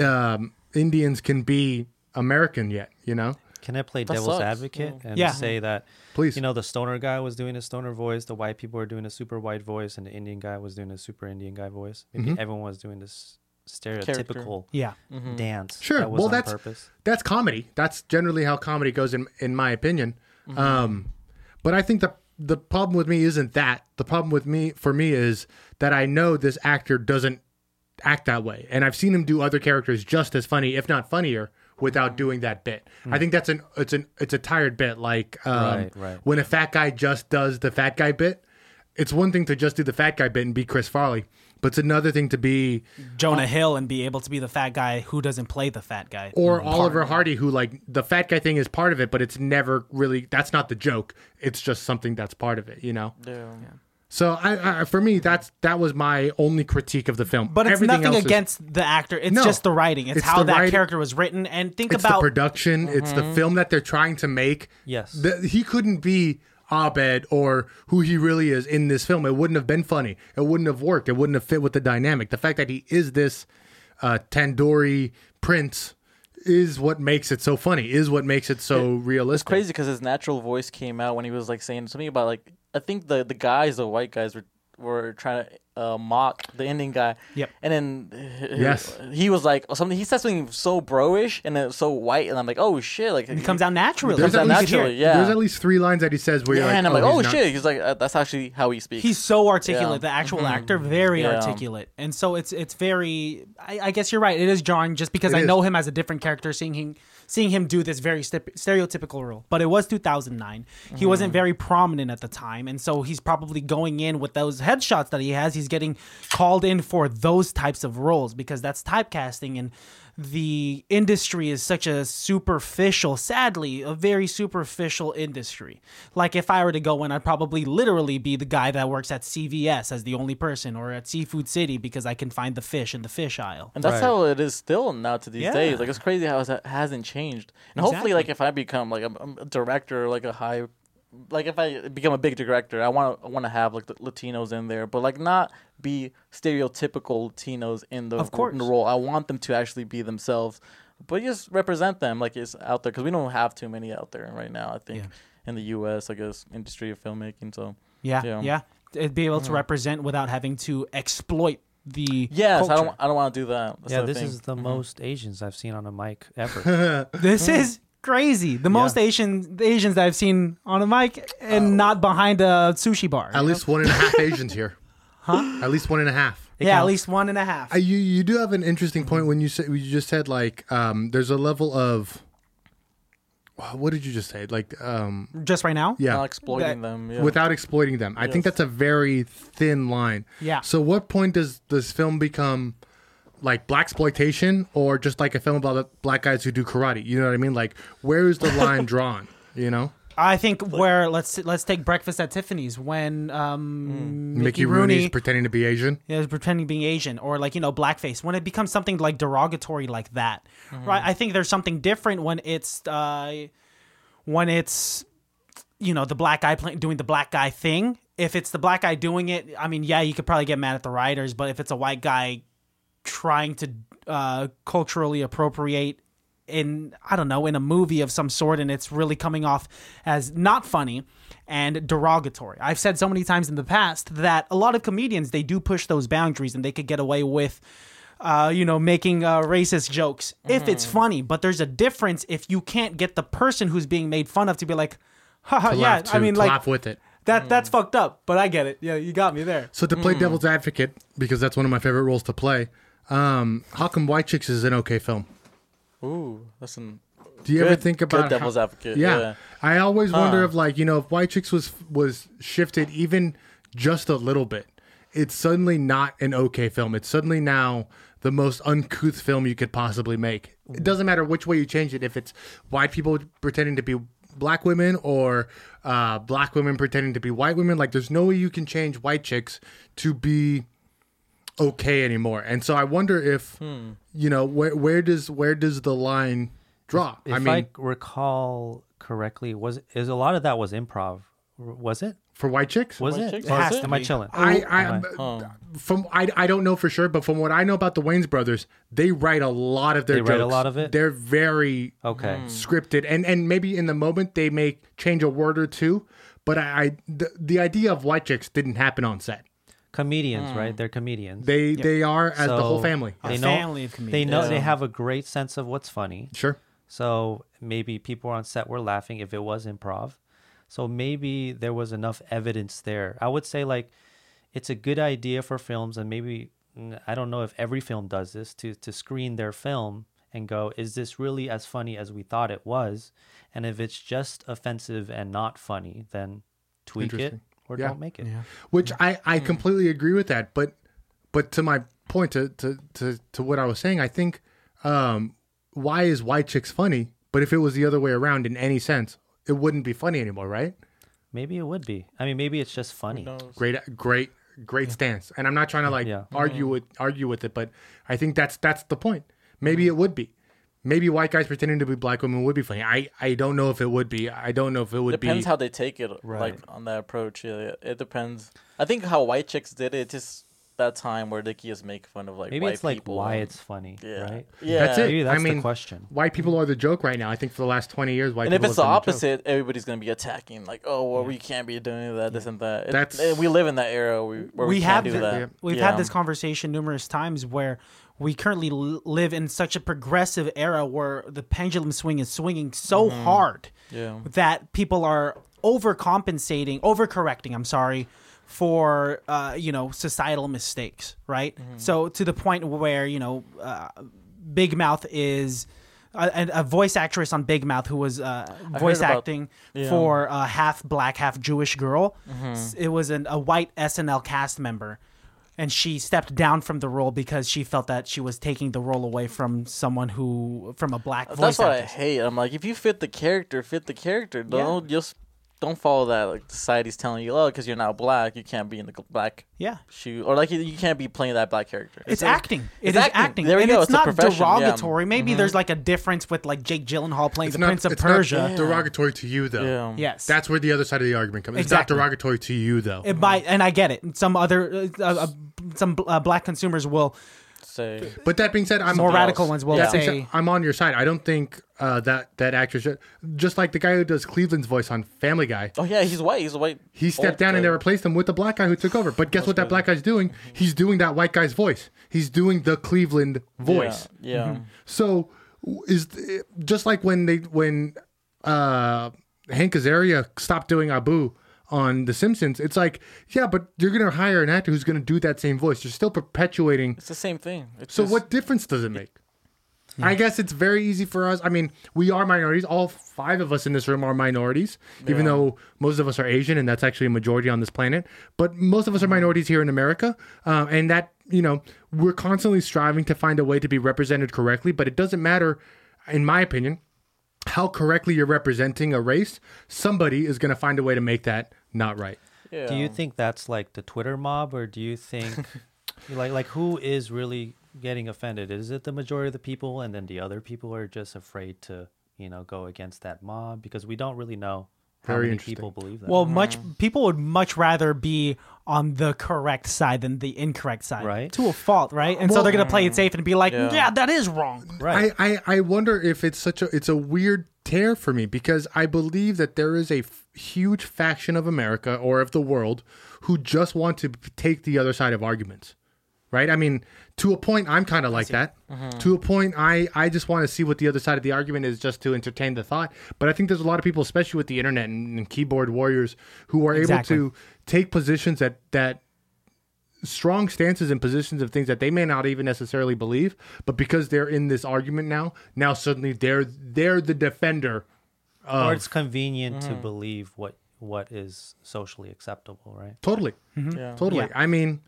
B: um, Indians can be American yet. You know,
D: Can I play devil's
C: sucks.
D: advocate and
A: Yeah.
D: say that
B: Please.
D: You know, the stoner guy was doing a stoner voice, the white people were doing a super white voice, and the Indian guy was doing a super Indian guy voice. Maybe
B: Mm-hmm.
D: everyone was doing this stereotypical
A: Yeah,
D: dance.
B: Sure.
D: That was
B: Well,
D: on
B: that's-
D: purpose.
B: that's comedy. That's generally how comedy goes, in in my opinion.
D: Mm-hmm.
B: Um, but I think the the problem with me isn't that. The problem with me for me is that I know this actor doesn't act that way, and I've seen him do other characters just as funny, if not funnier,
D: Mm-hmm.
B: without doing that bit. I think that's an it's an it's a tired bit. Like um,
D: Mm. Right, right.
B: when a fat guy just does the fat guy bit. It's one thing to just do the fat guy bit and be Chris Farley, but it's another thing to be Um,
A: Jonah Hill and be able to be the fat guy who doesn't play the fat guy.
B: or Oliver Hardy, who like the fat guy thing is part of it, but it's never really that's not the joke. It's just something that's part of it, you know.
C: Yeah.
B: So I, I for me, that's that was my only critique of the film.
A: But it's
B: Everything
A: nothing
B: else is-
A: against the actor. It's
B: No.
A: just the writing. It's,
B: It's
A: how
B: the
A: that
B: writing.
A: character was written. And think
B: it's the
A: about
B: production, it's
C: Mm-hmm.
B: the film that they're trying to make.
D: Yes.
B: The- he couldn't be Abed or who he really is in this film. It wouldn't have been funny. It wouldn't have worked. It wouldn't have fit with the dynamic. The fact that he is this uh, Tandoori prince is what makes it so funny. Is what makes it so realistic.
C: crazy because his natural voice came out when he was like saying something about like I think the the guys the white guys were were trying to uh, mock the Indian guy.
A: Yep.
C: And then h-
B: Yes.
C: he was like oh, something. He said something so broish and then so white, and I'm like oh shit like
A: it comes out naturally.
B: There's
C: comes out
B: at least-
C: naturally yeah.
B: There's at least three lines that he says where
C: yeah,
B: you're like,
C: and I'm like oh,
B: he's not-
C: shit. He's like uh, that's actually how he speaks.
A: He's so articulate.
C: Yeah.
A: The actual
B: Mm-hmm.
A: actor, very
C: Yeah.
A: articulate, and so it's it's very. I, I guess you're right. It is jarring just because
B: It
A: I
B: is.
A: know him as a different character, seeing him seeing him do this very step stereotypical role. But it was 2009. He wasn't very prominent at the time, and so he's probably going in with those headshots that he has. He's getting called in for those types of roles because that's typecasting and. The industry is such a superficial, sadly, a very superficial industry. Like if I were to go in, I'd probably literally be the guy that works at CVS as the only person, or at Seafood City because I can find the fish in the fish aisle.
C: And that's
D: Right.
C: how it is still now to these
A: Yeah.
C: days. Like it's crazy how it hasn't changed. And hopefully,
A: Exactly.
C: like if I become like a, a director, like a high like if I become a big director, I want to I want to have like the Latinos in there, but like not be stereotypical Latinos in the
A: Of course.
C: in the role. I want them to actually be themselves, but just represent them like it's out there because we don't have too many out there right now. I think
A: Yeah.
C: in the U.S. I guess industry of filmmaking. So
A: Yeah, yeah.
C: Yeah.
A: It'd be able to represent without having to exploit the.
C: yes, I
A: culture.
C: don't I don't want to do that. That's
D: yeah,
C: the
D: this
C: thing.
D: is the most Asians I've seen on a mic ever.
A: This
C: Mm.
A: is crazy. The most Asian the Asians that I've seen on a mic and
C: Uh,
A: not behind a sushi bar.
B: At least one and a half Asians here. Huh? At least one and a half.
A: yeah, at
D: counts.
A: least one and a half.
B: Uh, you you do have an interesting point when you said you just said like um, there's a level of wha- what did you just say like um,
A: Just right now.
B: yeah
C: not exploiting them. Yeah.
B: without exploiting them. I think
C: Yes.
B: that's a very thin line.
A: Yeah.
B: So what point does this film become like black exploitation or just like a film about black guys who do karate? You know what I mean? Like where is the line drawn? You know,
A: I think where let's let's take breakfast at Tiffany's when
C: Mm.
A: um,
B: Mickey,
A: Mickey,
B: Rooney's
A: Rooney
B: pretending to be Asian.
A: is pretending being Asian or like you know blackface when it becomes something like derogatory like that, right? I think there's something different when it's uh, when it's you know the black guy playing doing the black guy thing. If it's the black guy doing it, I mean, yeah, you could probably get mad at the writers, but if it's a white guy trying to uh, culturally appropriate in I don't know in a movie of some sort, and it's really coming off as not funny and derogatory. I've said so many times in the past that a lot of comedians they do push those boundaries, and they could get away with. Uh, you know, making uh, racist jokes if it's funny, but there's a difference if you can't get the person who's being made fun of to be like, Haha,
B: To
A: Uh, yeah,
B: laugh
A: I
B: to-
A: mean,
B: to
A: like
B: laugh with Mm. it.
A: that that's fucked up, but I get it. Yeah, you got me there.
B: So to
C: Hmm.
B: play devil's advocate, because that's one of my favorite roles to play, um, how come White Chicks is an okay film?
C: Ooh, that's an
B: Do you ever
C: Good-
B: think
C: good
B: about
C: devil's advocate,
B: Yeah.
C: yeah.
B: I always wonder
C: Huh.
B: if like you know if White Chicks was was shifted even just a little bit, it's suddenly not an okay film. It's suddenly now the most uncouth film you could possibly make.
C: Mm.
B: It doesn't matter which way you change it. If it's white people pretending to be black women or uh, black women pretending to be white women, like there's no way you can change White Chicks to be okay anymore. And so I wonder if you know where where does where does the line draw?
D: if
B: I
D: I,
B: mean,
D: recall correctly, was is a lot of that was improv? Was it?
B: for white chicks,
D: Was
C: White
D: it?
C: chicks?
D: Or
A: Has to
D: am I
A: be.
D: chilling?
B: I,
D: Am
B: I from I, I don't know for sure, but from what I know about the Wayans brothers, they write a lot of their
D: They write a
B: jokes.
D: lot of it?
B: They're very
D: Okay.
B: scripted, and and maybe in the moment they may change a word or two, but I, I the, the idea of white chicks didn't happen on set.
D: comedians, right? They're comedians.
B: They they are as the whole
D: So
B: family.
A: A
D: They know,
A: family of
D: They know they
C: comedians.
D: have a great sense of what's funny.
B: Sure,
D: So maybe people on set were laughing if it was improv. So maybe there was enough evidence there. I would say like it's a good idea for films and maybe mm, I don't know if every film does this to to screen their film and go is this really as funny as we thought it was? And if it's just offensive and not funny, then tweak it
B: Interesting.
D: or
B: Yeah.
D: don't make it.
B: which
C: Mm.
B: I I completely agree with that, but but to my point to to to, to what I was saying, I think um, why is white chicks funny? But if it was the other way around in any sense, it wouldn't be funny anymore, right?
D: Maybe it would be. I mean, maybe it's just funny.
B: great great great stance and i'm not trying to like
D: Yeah.
B: argue with argue with it but i think that's that's the point
C: Mm.
B: maybe it would be maybe white guys pretending to be black women would be funny i i don't know if it would be i don't know if it would
C: depends
B: be
C: how they take it like
D: Right.
C: on that approach yeah, yeah, it depends i think how white chicks did it just that time where they could just make fun of like
D: Maybe
C: white
D: it's like
C: people
D: why
C: and-
D: it's funny,
C: yeah
D: right?
C: yeah
B: that's it
D: Maybe that's
B: i
D: the
B: mean
D: question.
B: white people are the joke right now i think for the last 20 years white
C: and if
B: people
C: it's the
B: have been joke.
C: opposite everybody's gonna be attacking like oh well we can't be doing that this and that It-
B: That's-
C: and we live in that era we, where we,
A: we
C: can't
A: have
C: do
A: th-
C: that
A: we've
C: Yeah.
A: had this conversation numerous times where we currently l- live in such a progressive era where the pendulum swing is swinging so hard
C: Mm-hmm. Yeah.
A: that people are overcompensating, overcorrecting. I'm sorry for uh, you know societal mistakes, right?
C: Mm-hmm.
A: So to the point where you know uh, Big Mouth is. A, a a voice actress on Big Mouth who was uh, voice
C: about-
A: acting for a half black, half Jewish girl.
C: Mm-hmm.
A: S- It was an, a white SNL cast member, and she stepped down from the role because she felt that she was taking the role away from someone who from a black voice
C: that's what i
A: actress.
C: hate i'm like if you fit the character fit the character don't just don't follow that. Like society's telling you, oh, because you're not black, you can't be in the gl- black
A: Yeah.
C: shoe, or like you, you can't be playing that black character.
A: It's,
C: a-
A: acting.
C: it's
A: It is
C: acting.
A: acting.
C: There we
A: and
C: go.
A: It's,
C: It's a
A: not
C: profession, yeah. Mm-hmm.
A: derogatory. Maybe there's like a difference with like Jake Gyllenhaal playing
B: It's
A: the
B: not,
A: Prince of
B: it's
A: Persia.
B: not derogatory to you, though.
C: Yeah.
A: Yes.
B: That's where the other side of the argument comes.
A: Exactly.
B: It's not derogatory to you, though.
A: it might, and I get it. Some other, uh, uh, some uh, black consumers will
C: Say
B: but that being said, I'm
A: more
C: Something
A: radical
C: else.
A: ones will
C: Yeah.
B: that being said,
A: say,
B: I'm on your side. I don't think uh, that that actress, just like the guy who does Cleveland's voice on Family Guy,
C: Oh yeah, he's white. He's a white.
B: he stepped
C: old
B: down and they
C: dude.
B: replaced him with the black guy who took over. But guess what that black guy's doing?
A: Mm-hmm.
B: He's doing that white guy's voice. He's doing the Cleveland voice.
C: Yeah. yeah.
A: Mm-hmm.
B: So w- is th- just like when they when uh Hank Azaria stopped doing Abu on The Simpsons. It's like, yeah, but you're gonna hire an actor who's gonna do that same voice. You're still perpetuating.
C: It's the same thing. It's
B: So
C: just-
B: what difference does it make? I guess it's very easy for us. I mean, we are minorities. All five of us in this room are minorities, even though most of us are Asian, and that's actually a majority on this planet. But most of us are
C: Mm-hmm.
B: minorities here in America, uh, and that you know we're constantly striving to find a way to be represented correctly. But it doesn't matter, in my opinion, how correctly you're representing a race. Somebody is going to find a way to make that not right.
C: Yeah.
D: Do you think that's like the Twitter mob, or do you think like like who is really getting offended? Is it the majority of the people, and then the other people are just afraid to you know go against that mob because we don't really know how
B: Very
D: many
B: interesting.
D: people believe that.
C: Mm-hmm.
A: well, much people would much rather be on the correct side than the incorrect side,
D: Right.
A: To a fault, right? And so they're gonna play it safe and be like,
C: Mm. Yeah.
A: yeah, that is wrong.
D: right?
B: I, I, I wonder if it's such a it's a weird tear for me because I believe that there is a f- huge faction of America or of the world who just want to p- take the other side of arguments. Right? I mean, to a point I'm kind of like that. To a point I I just want to see what the other side of the argument is just to entertain the thought. But I think there's a lot of people especially with the internet and, and keyboard warriors who are
A: Exactly.
B: able to take positions that that strong stances and positions of things that they may not even necessarily believe, but because they're in this argument now, now suddenly they're they're the defender. um,
D: or it's convenient to believe what what is socially acceptable, right?
B: Totally,
C: Yeah.
B: totally.
A: Yeah.
B: I mean,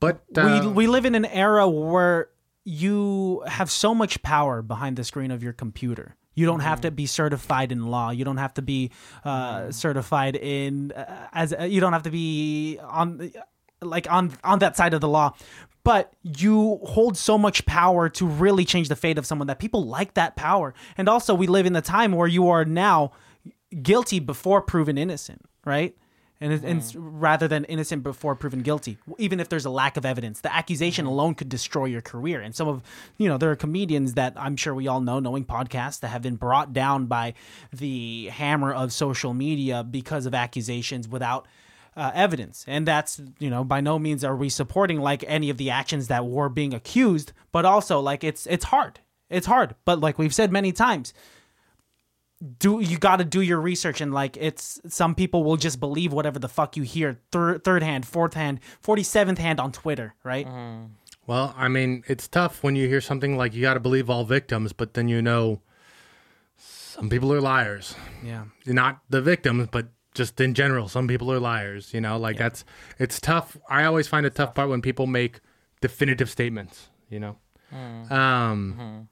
B: but uh,
A: we we live in an era where you have so much power behind the screen of your computer. You don't have to be certified in law. You don't have to be uh, certified in uh, as uh, you don't have to be on like on on that side of the law. But you hold so much power to really change the fate of someone that people like that power. And also, we live in the time where you are now guilty before proven innocent, right? And, it, and s- rather than innocent before proven guilty, even if there's a lack of evidence, the accusation alone could destroy your career. And some of you know there are comedians that I'm sure we all know, knowing podcasts that have been brought down by the hammer of social media because of accusations without uh, evidence. And that's, you know, by no means are we supporting like any of the actions that were being accused, but also like it's it's hard. It's hard, but like we've said many times, do you got to do your research and like it's some people will just believe whatever the fuck you hear thir- third hand, fourth hand, 47th hand on Twitter, right?
B: well, I mean, it's tough when you hear something like you got to believe all victims, but then you know some people are liars.
A: Yeah.
B: not the victims, but just in general, some people are liars. You know, like that's it's tough. I always find a tough part when people make definitive statements. You know, um,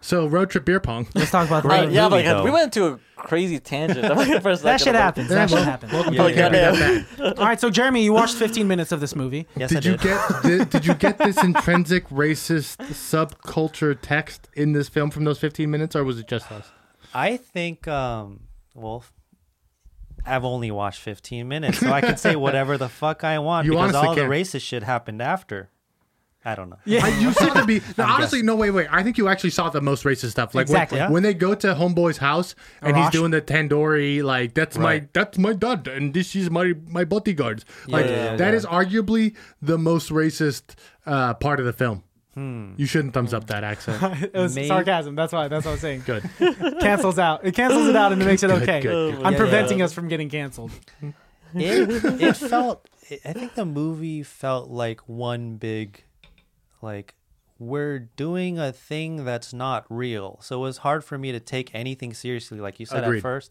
B: so road trip beer pong.
D: Oh,
A: Let's talk about
C: Uh,
A: that.
C: yeah,
D: movie,
C: like
D: though.
C: we went into a crazy tangent. for a second,
A: That shit
C: but-
A: happens. That shit happens.
C: but
B: yeah,
C: yeah, yeah.
A: All right, so Jeremy, you watched 15 minutes of this movie.
D: Yes, I
B: Did you
D: did.
B: get did, did you get this intrinsic racist subculture text in this film from those fifteen minutes, or was it just us?
D: I think um well I've only watched 15 minutes, so I can say whatever the fuck I want
B: You
D: because
B: honestly
D: all
B: can.
D: the racist shit happened after. I don't know.
B: I, you saw the be no, honestly no wait wait I think you actually saw the most racist stuff like when-
A: Exactly.
B: when, they go to homeboy's house and he's
A: Arash.
B: doing the tandoori like that's my
D: Right.
B: that's my dad and this is my my bodyguards like that is
D: yeah, yeah,
B: arguably the most racist uh, part of the film
D: Hmm.
B: you shouldn't thumbs up that accent
A: It was
D: May-
A: sarcasm. That's why. That's what I was saying.
B: good
A: cancels out. It cancels it out and it makes it
B: Good,
A: okay.
B: good, good.
A: I'm
D: Yeah,
A: preventing us from getting canceled.
D: it it felt i think the movie felt like one big like we're doing a thing that's not real so it was hard for me to take anything seriously like you said
B: Agreed.
D: at first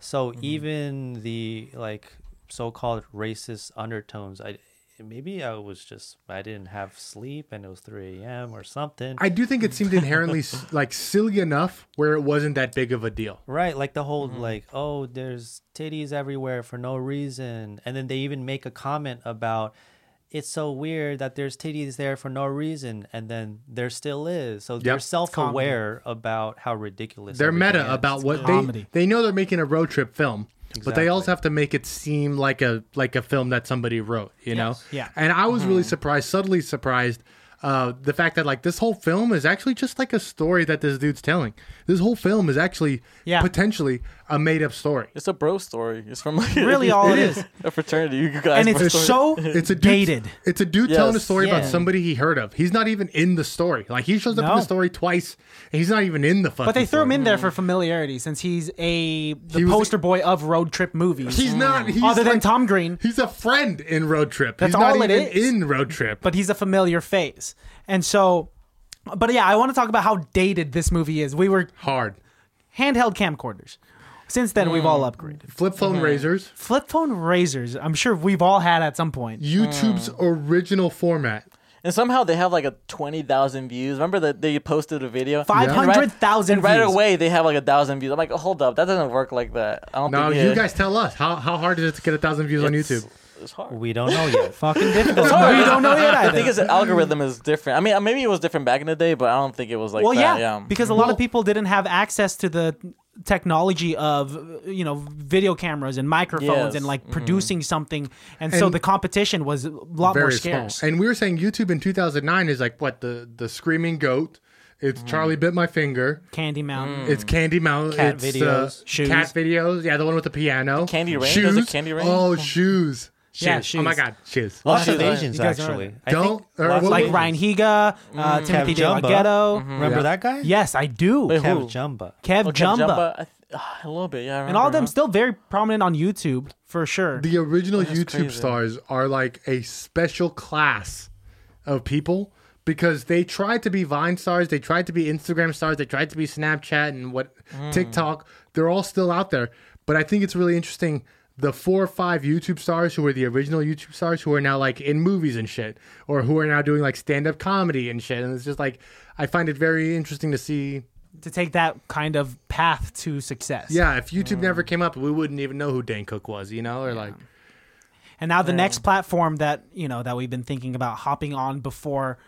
D: so even the like so-called racist undertones i maybe I was just I didn't have sleep and it was 3 a.m. or something.
B: I do think it seemed inherently s- like silly enough where it wasn't that big of a deal.
D: Right, like the whole
B: Mm-hmm.
D: like, oh, there's titties everywhere for no reason, and then they even make a comment about it's so weird that there's titties there for no reason, and then there still is. So they're
B: Yep.
D: self-aware about how ridiculous
B: They're
D: everything
B: meta
D: is.
B: about what
A: comedy.
B: they they know they're making a road trip film, but they also
D: Exactly.
B: have to make it seem like a like a film that somebody wrote, you know.
A: Yeah.
B: And I was really surprised, subtly surprised, uh, the fact that like this whole film is actually just like a story that this dude's telling. This whole film is actually
A: Yeah.
B: potentially a made up story.
C: It's a bro story. It's from like
A: Really all it is.
C: a fraternity. You guys,
A: and
C: bro
A: it's
C: story.
A: so
B: It's a dude,
A: dated.
B: It's a dude
C: Yes.
B: telling a story
D: Yeah.
B: about somebody he heard of. He's not even in the story. Like he shows up in
A: No.
B: the story twice, and he's not even in the fucking.
A: But they threw him
B: story.
A: in there for familiarity since he's a the
B: He was-
A: poster boy of road trip movies.
B: He's
C: Mm.
B: not. He's
A: other than
B: like-
A: Tom Green,
B: He's a friend in Road Trip.
A: That's
B: He's not
A: all it
B: even
A: is.
B: in Road Trip.
A: but he's a familiar face. And so but yeah, I want to talk about how dated this movie is. We were
B: hard.
A: handheld camcorders. Since then, we've all
C: Mm.
A: upgraded.
B: Flip
C: Mm-hmm.
B: phone razors.
A: Flip phone razors, I'm sure we've all had at some point.
B: YouTube's
C: Mm.
B: original format.
C: And somehow they have like a twenty thousand views. Remember that they posted a video.
A: Five
C: And right-
A: hundred thousand
C: And right
A: views.
C: away they have like a thousand views. I'm like, hold up, that doesn't work like that. I don't
B: Now
C: think
B: you
C: it-
B: guys tell us how, how hard is it to get a thousand views on
C: it's-
B: YouTube?
C: It's hard.
D: we don't know yet.
A: Fucking difficult.
C: It's hard.
A: we don't know yet
C: The
A: either.
C: thing is, the algorithm is different. I mean, uh, maybe it was different back in the day, but I don't think it was like
A: well,
C: that.
A: yeah,
C: yeah.
A: because a lot of people didn't have access to the technology of you know video cameras and microphones
C: Yes, Mm-hmm.
A: and like producing something, and, so
B: And-
A: the competition was a lot more
B: Very small.
A: scarce.
B: And we were saying YouTube in 2009 is like what the the screaming goat. It's
C: Mm.
B: Charlie bit my finger.
A: Candy Mountain.
B: It's Candy Mountain.
D: Cat
B: it's,
D: videos.
B: uh,
A: Shoes.
B: Cat videos. Yeah, the one with the piano.
C: Candy Rain?
B: Shoes.
C: There's a Candy Rain? Mm.
B: Oh, shoes.
A: Yeah,
B: Oh my
A: shoes.
B: God, shoes.
C: Well,
D: Lots
C: she's
D: of
C: like-
D: Asians
A: You guys are-
D: actually. I
B: Don't-
D: think lots
B: or what Mm-hmm.
D: of
B: was-
A: Like
D: Asians.
A: Ryan Higa, uh, Timothy
D: Kev
A: De La
D: Jumba.
A: Ghetto.
D: Remember that guy?
A: Yes, I
C: Mm.
A: do.
C: Mm-hmm. Wait,
D: Kev
C: who?
D: Jumba.
A: Kev
C: Oh, Kev
A: Jumba.
C: Jumba, I th- ah, a little bit, yeah. I
A: and all of
C: remember,
A: them
C: huh?
A: still very prominent on YouTube for sure.
B: the original YouTube
C: crazy.
B: stars are like a special class of people because they tried to be Vine stars, they tried to be Instagram stars, they tried to be Snapchat and what TikTok. They're all still out there, but I think it's really interesting. The four or five YouTube stars who were the original YouTube stars who are now like in movies and shit, or who are now doing like stand up comedy and shit. And it's just like, I find it very interesting to see.
A: to take that kind of path to success.
B: Yeah, if YouTube never came up, we wouldn't even know who Dan Cook was, you know? Or like,
A: And now the next platform that you know that we've been thinking about hopping on before,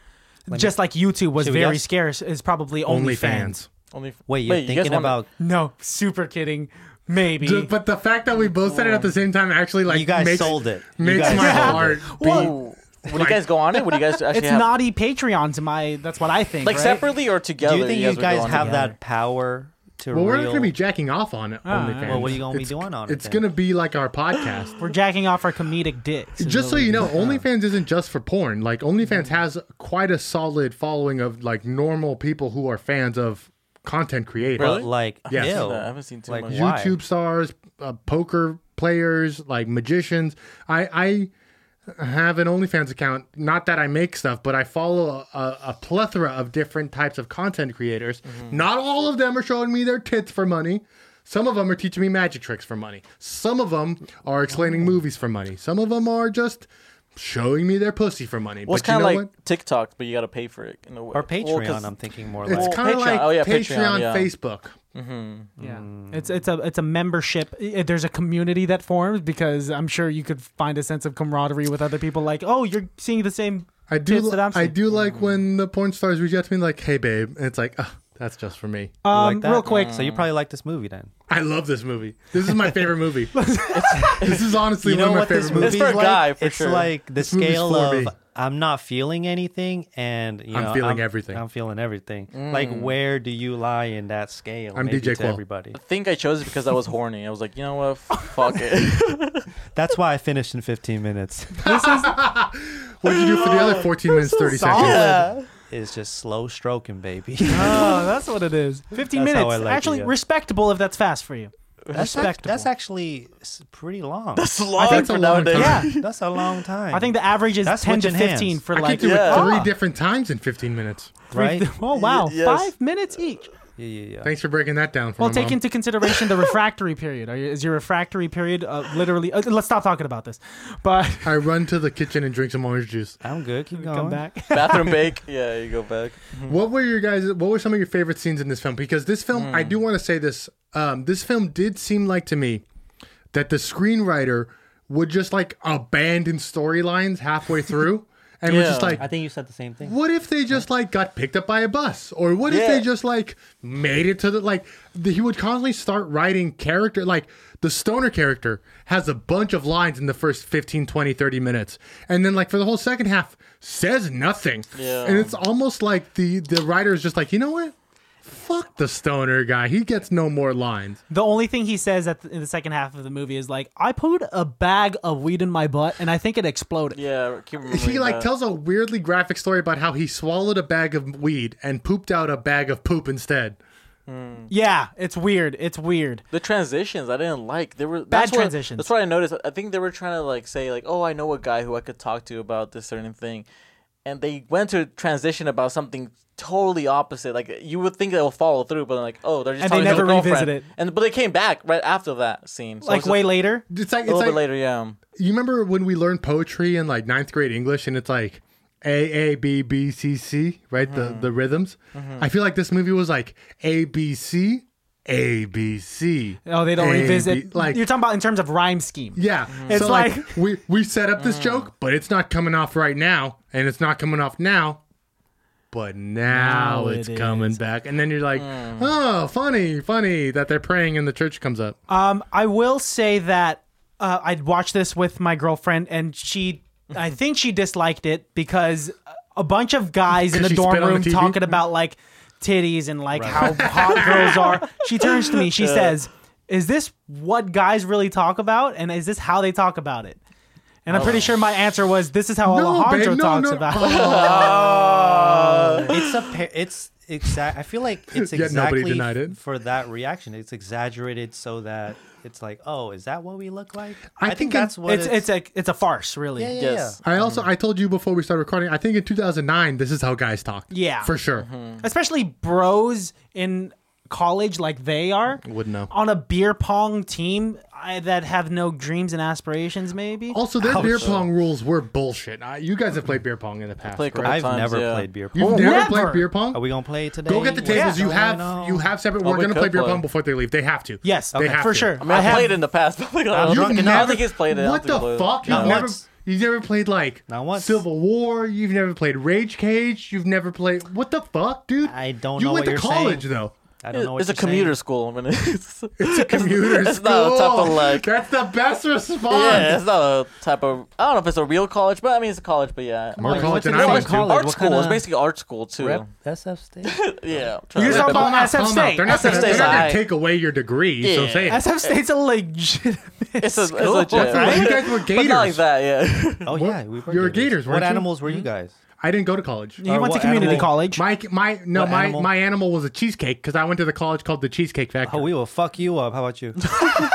A: just like YouTube was
D: Should we
A: very
D: ask-
A: scarce, is probably OnlyFans.
B: OnlyFans.
C: Only f-
D: Wait, you're
C: you guys
D: thinking
C: wanna-
D: about
A: No, super kidding. Maybe.
B: Dude, but the fact that we both said it at the same time actually like
D: you guys
B: makes,
D: sold it. You
B: makes
D: guys
B: my
D: sold it.
B: heart beat.
C: Ooh. Would you guys go on it? Would you guys actually
A: it's
C: have
A: naughty Patreon to my. That's what I think.
C: like
A: right?
C: separately or together?
D: Do you think you
C: would
D: guys
C: go on
D: have
C: together?
D: that power to
B: well, we're not
D: reel-
B: gonna be jacking off on it. OnlyFans.
D: Well, what are you gonna be
B: It's-
D: doing on it
B: It's
D: then?
B: gonna be like our podcast.
A: We're jacking off our comedic dicks. is
B: just
A: what
B: so
A: we
B: you
A: do.
B: know, OnlyFans isn't just for porn. Like OnlyFans has quite a solid following of like normal people who are fans of content creators.
D: But
C: Really?
D: like,
B: Yeah.
C: I haven't seen
D: ew.
C: that. I haven't seen too
D: Like,
C: much.
D: why?
B: YouTube stars, uh, poker players, like magicians. I I have an OnlyFans account. Not that I make stuff, but I follow a, a plethora of different types of content creators.
C: Mm-hmm.
B: Not all of them are showing me their tits for money. Some of them are teaching me magic tricks for money. Some of them are explaining
C: Oh.
B: movies for money. Some of them are just showing me their pussy for money.
C: Well, it's
B: but you
C: kind
B: know
C: of like
B: what?
C: TikTok, but you got to pay for it. In a way.
D: or
C: Well, 'cause-
D: Patreon. I'm thinking more like
B: It's
C: well,
B: kind of
C: Patreon.
B: like
C: Oh, yeah,
B: Patreon,
C: Patreon, yeah.
B: Facebook.
A: Yeah.
D: Mm.
A: It's it's a it's a membership. I- There's a community that forms because I'm sure you could find a sense of camaraderie with other people. Like, oh, you're seeing the same.
B: I do.
A: tits that I'm
B: Li- I
A: seeing.
B: do
D: Mm-hmm.
B: like when the porn stars reach out to me like, "Hey, babe," and it's like, "Ugh, "That's just for me."
D: You
A: Um,
D: like that?
A: real quick,
D: So you probably like this movie then.
B: I love this movie. This is my favorite movie. this is honestly
D: You know
B: one
D: what
B: of my
D: this
B: favorite movies.
D: movie
C: It's for
D: is
C: a
D: like?
C: guy, for
D: it's
C: sure.
D: like the
B: This movie's
D: scale
B: for
D: of
B: me.
D: I'm not feeling anything, and you
B: I'm
D: know,
B: feeling everything.
D: I'm feeling everything. Like where do you lie in that scale?
B: I'm
D: maybe
B: DJ
D: to
B: Qual.
D: everybody.
C: I think I chose it because I was horny. I was like, you know what? F- Fuck it.
D: That's why I finished in 15 minutes.
B: What did you do for the other 14 minutes, 30 seconds?
D: it's just slow stroking, baby.
A: Oh, that's what it is. 15
D: That's how
A: minutes.
D: I like it,
A: Actually,
D: yeah.
A: respectable if that's fast for you.
D: that's, act-
A: respectable.
D: that's actually s- pretty long.
C: It's long
B: that's a
C: for
B: long
C: nowadays.
B: time.
A: Yeah.
D: That's a long time.
A: I think the average is
D: That's
A: 10 to
D: switching hands.
A: 15 for
B: I
A: like.
B: kicked it
C: Yeah.
B: with three
D: Ah.
B: different times in 15 minutes.
D: right.
A: Oh wow,
C: Yes.
A: five minutes each.
D: Yeah, yeah, yeah.
B: Thanks for breaking that down for
A: Well,
B: my
A: take
B: mom.
A: into consideration the refractory period. Are you, is your refractory period uh, literally? Uh, let's stop talking about this. But
B: I run to the kitchen and drink some orange juice.
D: I'm good. Keep going.
A: come back.
C: Bathroom bake. Yeah, you go back.
B: What were your guys? What were some of your favorite scenes in this film? Because this film, I do want to say this. Um, this film did seem like to me that the screenwriter would just like abandon storylines halfway through, and was just
C: Yeah.
B: like,
D: I think you said the same thing.
B: what if they just like got picked up by a bus or what if
C: Yeah.
B: they just like made it to the like the, he would constantly start writing character like the stoner character has a bunch of lines in the first 15 20 30 minutes and then like for the whole second half says nothing
C: Yeah.
B: and it's almost like the the writer is just like you know what fuck the stoner guy he gets no more lines
A: The only thing he says at the, in the second half of the movie is like, "I put a bag of weed in my butt, and I think it exploded."
C: Yeah, keep remembering
B: he like
C: that.
B: tells a weirdly graphic story about how he swallowed a bag of weed and pooped out a bag of poop instead
A: Yeah, it's weird. It's weird.
C: The transitions I didn't like. There were that's what-
A: transitions.
C: That's what I noticed. I think they were trying to like say like, oh, I know a guy who I could talk to about this certain thing, and they went to transition about something totally opposite. Like you would think they'll follow through, but like, oh, they're just
A: And they
C: talking to
A: never
C: their girlfriend.
A: revisit it.
C: And but they came back right after that scene. So
A: like
C: it's
A: way later.
B: it's like
C: a
B: it's
C: little
B: like,
C: bit later. Yeah,
B: you remember when we learned poetry in like ninth grade English and it's like A A B B C C, right? The the rhythms.
A: Mm-hmm.
B: I feel like this movie was like A B C A B C.
A: Oh, they don't
B: A,
A: revisit.
B: B- like
A: you're talking about in terms of rhyme scheme.
B: yeah.
A: Mm-hmm. It's
B: so like,
A: like- Mm.
B: we we set up this joke, but it's not coming off right now, and it's not coming off now. But now,
A: Now
B: it's
A: it
B: coming
A: is. Mm.
B: back, and then you're like, "Oh, funny, funny!" That they're praying and the church comes up.
A: Um, I will say that uh, I'd watched this with my girlfriend, and she, I think she disliked it because a bunch of guys in the
B: Because she spit
A: dorm
B: on the
A: room
B: TV?
A: talking about like titties and like how hot girls are. She turns to me, she says, "Is this what guys really talk about? And is this how they talk about it?" And I'm pretty sure my
B: Oh.
A: answer was, "This is how Alejandro talks about it."
D: it's a pa- it's exact. I feel like it's
B: Yet
D: exactly
B: nobody denied it.
D: for that reaction. It's exaggerated so that it's like, oh, is that what we look like?
B: I think it-
D: that's what
A: It's it's a it's a farce, really.
D: yeah, yeah,
C: Yes.
B: I also I told you before we started recording. I think in 2009, this is how guys talk.
A: Yeah.
B: for sure.
C: Mm-hmm.
A: especially bros in college like they are
B: Wouldn't know.
A: on a beer pong team I, that have no dreams and aspirations maybe
B: Also, their beer pong rules were bullshit. I, you guys have played beer pong in the past.
C: Play a couple
D: yeah.
B: right?
D: I've
C: times,
D: never
C: yeah.
D: played beer pong.
B: You've
A: Oh,
B: never,
A: never.
B: played beer pong.
D: Are we gonna play today?
B: Go get the tables.
A: Yeah.
B: You
D: Oh, I
B: have
D: know.
B: you have separate.
C: Oh,
B: we're
C: we
B: gonna
C: could
B: play beer
C: play.
B: pong before they leave. They have to.
A: yes
B: they
A: okay,
B: have
A: for
B: to.
A: sure
C: I mean, I
A: have-
C: played in the past, but like, I
D: You've
C: don't think- I
D: never-
C: don't think he's played it. I don't
B: What
C: think
B: the
C: he played it.
B: fuck? You've
D: Not
B: never
D: once.
B: you've never played like
D: Not once.
B: Civil War. You've never played Rage Cage. You've never played what the fuck, dude?
D: I don't
B: you
D: know what
B: went to
D: you're
B: college
D: saying.
B: though.
D: I don't know what
C: it's a
D: you're saying.
C: commuter school. I mean, it's, it's a
B: Commuter
C: It's
B: school.
C: not a type of like.
B: That's the best response.
C: Yeah, it's not a type of. I don't know if it's a real college, but I mean, it's a college. But yeah,
B: More
C: Like,
B: college
D: what's
B: than
D: it
B: I
D: called?
B: went to.
D: College.
C: art
D: What
C: school.
D: kinda-
C: It's basically art school too.
D: Rep SF state.
C: Yeah, I'm
A: You're
C: trying to
A: talking
C: rip
A: about
C: it.
A: SF
B: Calm
A: State.
B: out. They're not, gonna,
C: SF
B: they're
C: State's
B: not gonna
C: alright.
B: take away your degree. So
C: Yeah.
B: say it.
A: SF State's a legitimate
C: it's a, it's
A: school.
C: legit.
B: That's
C: right?
B: right. You guys were
C: But not like
B: gators.
C: that. Yeah.
D: Oh
B: What-
D: yeah, we were
B: you were gators,
D: What
B: weren't you? Mm-hmm.
D: animals were you guys?
B: I didn't go to college.
A: he
D: Or
A: went to
D: what
A: community
D: animal?
A: college
B: My my no
D: What
B: my
D: animal?
B: my animal was a cheesecake because I went to the college called the Cheesecake Factory.
D: Oh, we will fuck you up. How about you?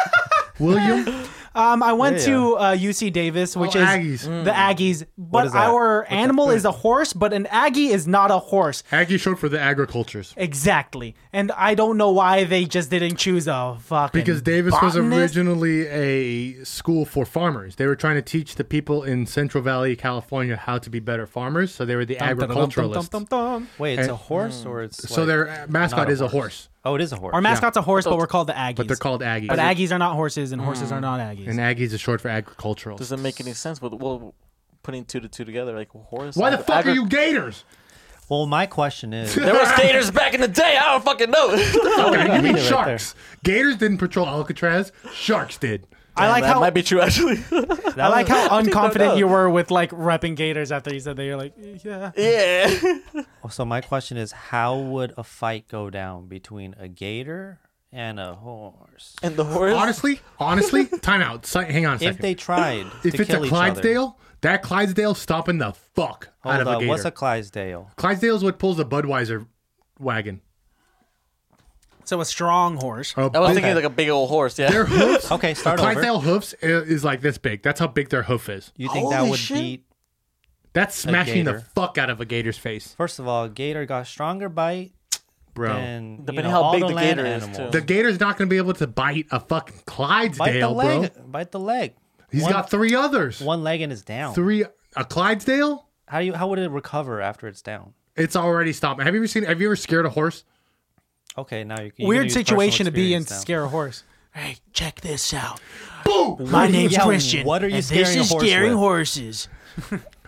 B: William,
A: um, i went
D: Yeah,
A: to uh, uc davis which
B: Oh,
A: is
B: Aggies. Mm.
A: the aggies but
D: is that?
A: our
D: What's that?
A: animal is a horse but an aggie is not a horse
B: Aggie short for the agricultures
A: exactly and i don't know why they just didn't choose a fucking
B: because Davis was
A: botanist.
B: originally a school for farmers. They were trying to teach the people in Central Valley, California, how to be better farmers. So they were the agriculturalists.
D: Wait, it's
B: And-
D: a horse or it's
B: So
D: like,
B: their mascot
D: not a
B: is a
D: horse.
B: horse.
D: Oh, it is a horse.
A: Our mascot's a horse, but we're called the Aggies.
B: They're called Aggies.
A: But Aggies are not horses, and horses are not Aggies.
B: and Aggies is short for agricultural.
C: Doesn't make any sense. With well, putting two to two together, like horse.
B: Why the
C: agri-
B: fuck are
C: agri-
B: you gators?
D: Well, my question is,
C: There was gators back in the day. I don't fucking know.
B: Okay, you mean
D: right
B: sharks? gators didn't patrol Alcatraz. Sharks did.
A: I like
C: that
A: how
C: might be true actually.
A: I like how unconfident
C: know.
A: you were with like repping Gators after you said that. You're like, yeah.
C: yeah.
D: so my question is, how would a fight go down between a gator and a horse
C: And the horse.
B: Honestly, honestly, time out. Si- hang on a second.
D: if they tried
B: if
D: to
B: it's a
D: kill each other?
B: Clydesdale, that Clydesdale stomping the fuck out
D: Hold
B: of a
D: on,
B: gator.
D: what's a Clydesdale?
B: Clydesdale's what pulls a Budweiser wagon.
A: So a strong horse.
B: A
C: I was
B: big-
C: thinking like a big old horse. Yeah.
B: their hoofs.
D: Okay,
B: a
D: start over.
B: Clydesdale hoofs i- is like this big. That's how big their hoof is.
D: You think that
C: Holy
D: would
C: shit.
D: beat?
B: That's smashing the
D: gator.
B: fuck out of a gator's face.
D: First of all, gator got stronger bite.
B: bro.
D: than you
C: Depending
D: know,
C: how
D: all
C: big
D: the
C: the
D: land
C: gator is, too.
D: animals.
B: Oh. the gator's not going to be able to bite a fucking
D: Bite the
B: Clydesdale, bro.
D: leg. Bite the leg.
B: He's
D: One-
B: got three others.
D: one leg and it's down.
B: Three a Clydesdale.
D: How do you? How would it recover after it's down?
B: It's already stopped. Have you ever seen? Have you ever scared a horse?
D: Okay, now you.
A: Weird situation to be in to
D: Now.
A: scare a horse. Hey, check this out.
B: Boom.
A: My name's
D: yeah,
A: Christian.
D: what are you
A: and
D: scaring
A: this
D: a
A: is
D: horse
A: scaring
D: with?
A: horses.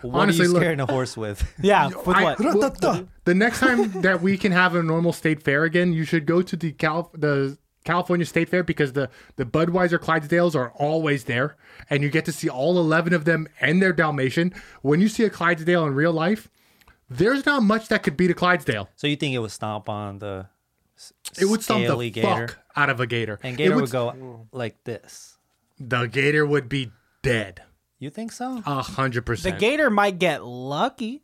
D: What
B: Honestly,
D: are you
B: look-
D: scaring a horse with?
A: Yeah, with
B: I-
A: what?
B: well, the, the next time that we can have a normal state fair again, you should go to the Cal the California State Fair because the the Budweiser Clydesdales are always there, and you get to see all eleven of them and their Dalmatian. When you see a Clydesdale in real life, there's not much that could beat a Clydesdale.
D: so you think it would stomp on the? s-
B: It would stomp the
D: scaly gator,
B: fuck out of a gator,
D: and
B: It
D: gator
B: would-
D: would, go like this.
B: The gator would be dead.
D: You think so?
B: A hundred
A: The
B: percent.
A: gator might get lucky.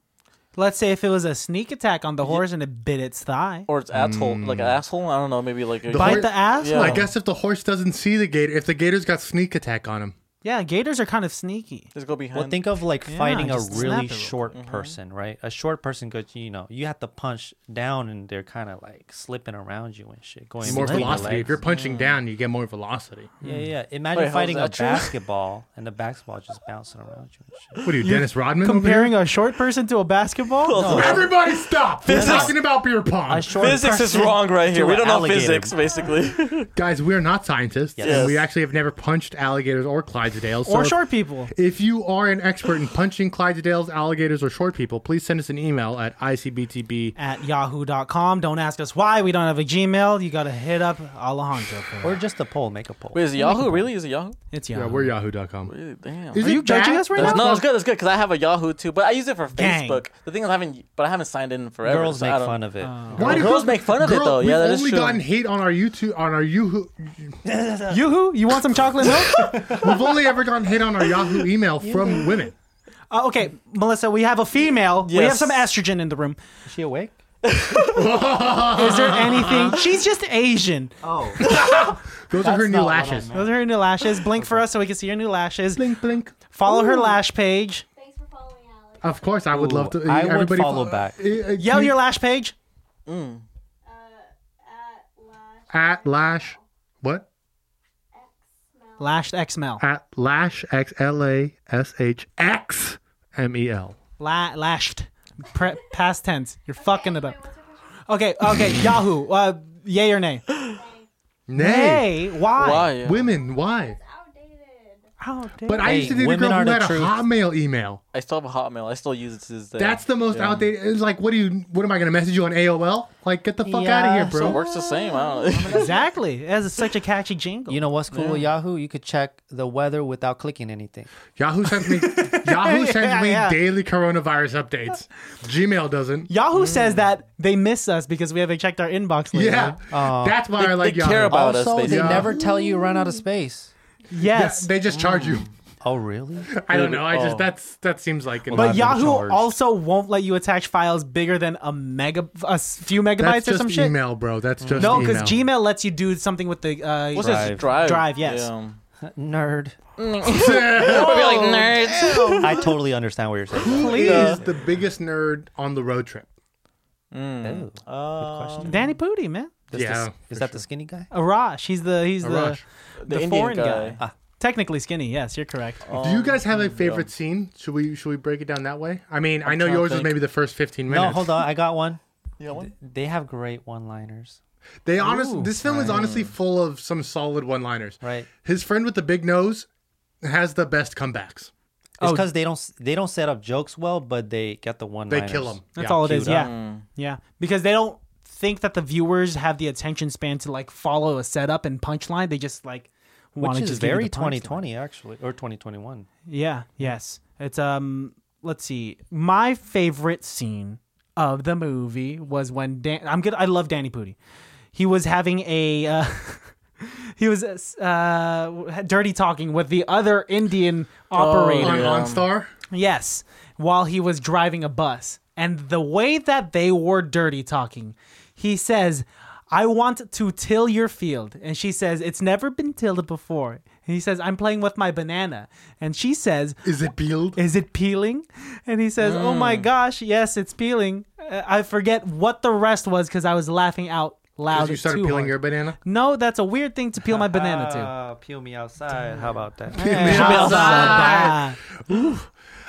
A: Let's say if it was a sneak attack on the horse and it bit its thigh.
C: or it's asshole, like an asshole. I don't know, maybe like a,
A: Bite
B: Mm. horse-
A: the ass?
C: Yeah.
B: I guess if the horse doesn't see the gator, if the gator's got sneak attack on him,
A: Yeah, gators are kind of sneaky.
C: just go behind.
D: Well, think of like
A: Yeah,
D: fighting a
A: just snap
D: really
A: it.
D: short
C: Mm-hmm.
D: person, right? A short person goes, you know, you have to punch down, and they're kind of like slipping around you and shit, going
B: more
D: between the
B: velocity. If
D: legs.
B: you're punching down, you get more velocity.
D: Yeah, yeah. Imagine
C: Mm. Wait, how's
D: fighting a
C: that true?
D: basketball and the basketball just bouncing around you and shit.
B: What are you, Dennis Rodman? over here?
A: Comparing a short person to a basketball?
C: Oh.
B: Everybody stop! We're talking about beer pong.
D: A short
C: physics is
D: person
C: wrong right here.
D: to
C: We
D: an
C: don't know
D: alligator.
C: physics, basically.
B: Guys, we're not scientists,
C: Yes.
B: and we actually have never punched alligators or Clydesdales. so
A: Or
B: if-
A: short people.
B: If you are an expert in punching Clydesdales, alligators, or short people, please send us an email at icbtb.
A: At yahoo.com. Don't ask us why. We don't have a Gmail. You got to hit up Alejandro. For
D: Or
A: that.
D: just a poll. Make a poll.
C: Wait, is it Yahoo really? Is it Yahoo?
A: It's
B: Yeah,
A: Yahoo.
B: we're yahoo.com.
C: Really? Damn.
B: Is
A: Are
B: it
A: you judging
B: bad?
A: us right
C: That's-
A: now?
C: no, it's good. It's good because I have a Yahoo too, but I use it for
A: Gang.
C: Facebook. The thing is, I haven't, but I haven't signed in forever.
D: Girls
C: so
D: make
C: I don't-
D: fun of it.
B: Why do
C: Girls make fun of it, though.
B: We've
C: Yeah, that is
B: only
C: true.
B: gotten hate on our YouTube, on our Yahoo.
A: Yoo-hoo? You want some chocolate milk?
B: We've only ever gotten hate on our Yahoo email from women.
A: uh, okay, Melissa, we have a female. We have
C: Yes.
A: some estrogen in the room.
D: Is she awake?
A: Is there anything? She's just Asian.
D: Oh.
B: Those are her new
C: not what I
B: lashes.
A: Those are her new lashes. Blink for us so we can see her new lashes.
B: Blink, blink.
A: Follow her lash page.
E: Thanks for following, Alex.
B: Of course, I would love to.
D: I would
B: everybody
D: follow
B: fo-
D: back.
B: Uh, uh,
A: Yell
B: you-
A: your lash page.
E: Uh, at Lash
B: at lash. What?
E: X Mel.
A: Lashed XML.
B: at lash x l a s h x m e l.
A: La- lashed. Pre- past tense. You're fucking it
E: Wait,
A: up.
E: what's your question?
A: Okay, okay. Yahoo. Uh, yay or nay?
B: Nay,
A: Nay. Why?
C: Why? Yeah.
B: women, why?
E: It's outdated.
A: Oh, damn.
B: But I
D: Hey,
B: used to date a
D: women
B: girl who
D: are the
B: had a
D: truth.
B: Hotmail email.
C: I still have a Hotmail. I still use it to this day.
B: That's the most
C: Yeah.
B: outdated. It's like, what do you? What am I gonna message you on AOL? Like, get the fuck out of
D: Yeah,
B: here,
C: So it
B: bro.
C: works the same. I don't know.
A: exactly. It has such a catchy jingle.
D: You know what's cool with Yahoo? You could check the weather without clicking anything.
B: Yahoo sends me. Yahoo sends
A: Yeah,
B: me
A: yeah.
B: daily coronavirus updates. Gmail doesn't.
A: Yahoo says that they miss us because we haven't checked our inbox lately.
B: Yeah, that's why I like
C: they
B: Yahoo.
C: care about us.
D: also, Oh. they
C: basically.
B: Yeah.
D: never tell you you ran out of space.
A: Yes.
B: They just charge you.
D: Oh, really?
B: I don't know. I
C: Oh.
B: just that's that seems like. an-
A: but
D: Not being
A: Yahoo
D: charged.
A: also won't let you attach files bigger than a mega, a s- few megabytes
B: that's
A: or
B: just
A: some shit.
B: email, bro. That's just
A: No,
B: because
A: because Gmail lets you do something with the. Uh,
C: What's
D: Drive.
C: this? Drive.
A: Drive, yes.
C: Yeah.
D: Nerd.
C: Probably like nerds.
D: I totally understand what you're saying.
B: Who is
C: Yeah.
B: the biggest nerd on the road trip?
D: Ooh, good question.
A: Danny Pooty, man.
D: Is this-
B: Yeah,
D: is that the skinny guy?
A: Arash. He's the he's
B: Arash.
A: the
C: The
A: the,
C: Indian
A: foreign guy.
C: guy.
A: Technically skinny. Yes, you're correct.
D: Oh,
B: Do you guys
A: Oh,
B: have a favorite scene? Should we should we break it down that way? I mean, i know
C: trying to
B: yours is
C: think.
B: maybe the first fifteen minutes.
D: No, hold on. I got one.
C: You know what?
D: They have great one-liners.
B: They honest.
D: Ooh.
B: this film is honestly full of some solid one-liners.
D: Right.
B: His friend with the big nose has the best comebacks.
D: It's
A: Oh.
D: because they don't s- they don't set up jokes well, but they get the one.
B: They kill him.
A: That's
B: Yeah.
A: all it is.
D: queued
A: Yeah,
D: up.
A: yeah. Because they don't think that the viewers have the attention span to like follow a setup and punchline. They just like want
D: which
A: to
D: is
A: just give you
D: very
A: the punchline.
D: 2020 actually, or 2021.
A: Yeah. Yes. It's um. Let's see. My favorite scene of the movie was when Dan. I'm good. I love Danny Pudi. He was having a. Uh, he was uh, dirty talking with the other Indian operator.
B: On
C: Yeah.
B: OnStar,
A: Yes, while he was driving a bus. And the way that they were dirty talking, he says, I want to till your field. And she says, It's never been tilled before. And he says, I'm playing with my banana. And she says,
B: Is it peeled?
A: is it peeling? And he says, Oh my gosh, yes, it's peeling. Uh, I forget what the rest was because I was laughing out loud.
B: 'Cause you
A: at
B: started
A: too
B: peeling
A: hard.
B: your banana.
A: No, that's a weird thing to peel my banana to.
D: Ah, peel me outside. How about that?
A: Hey,
B: me
A: how's
B: outside.
A: that?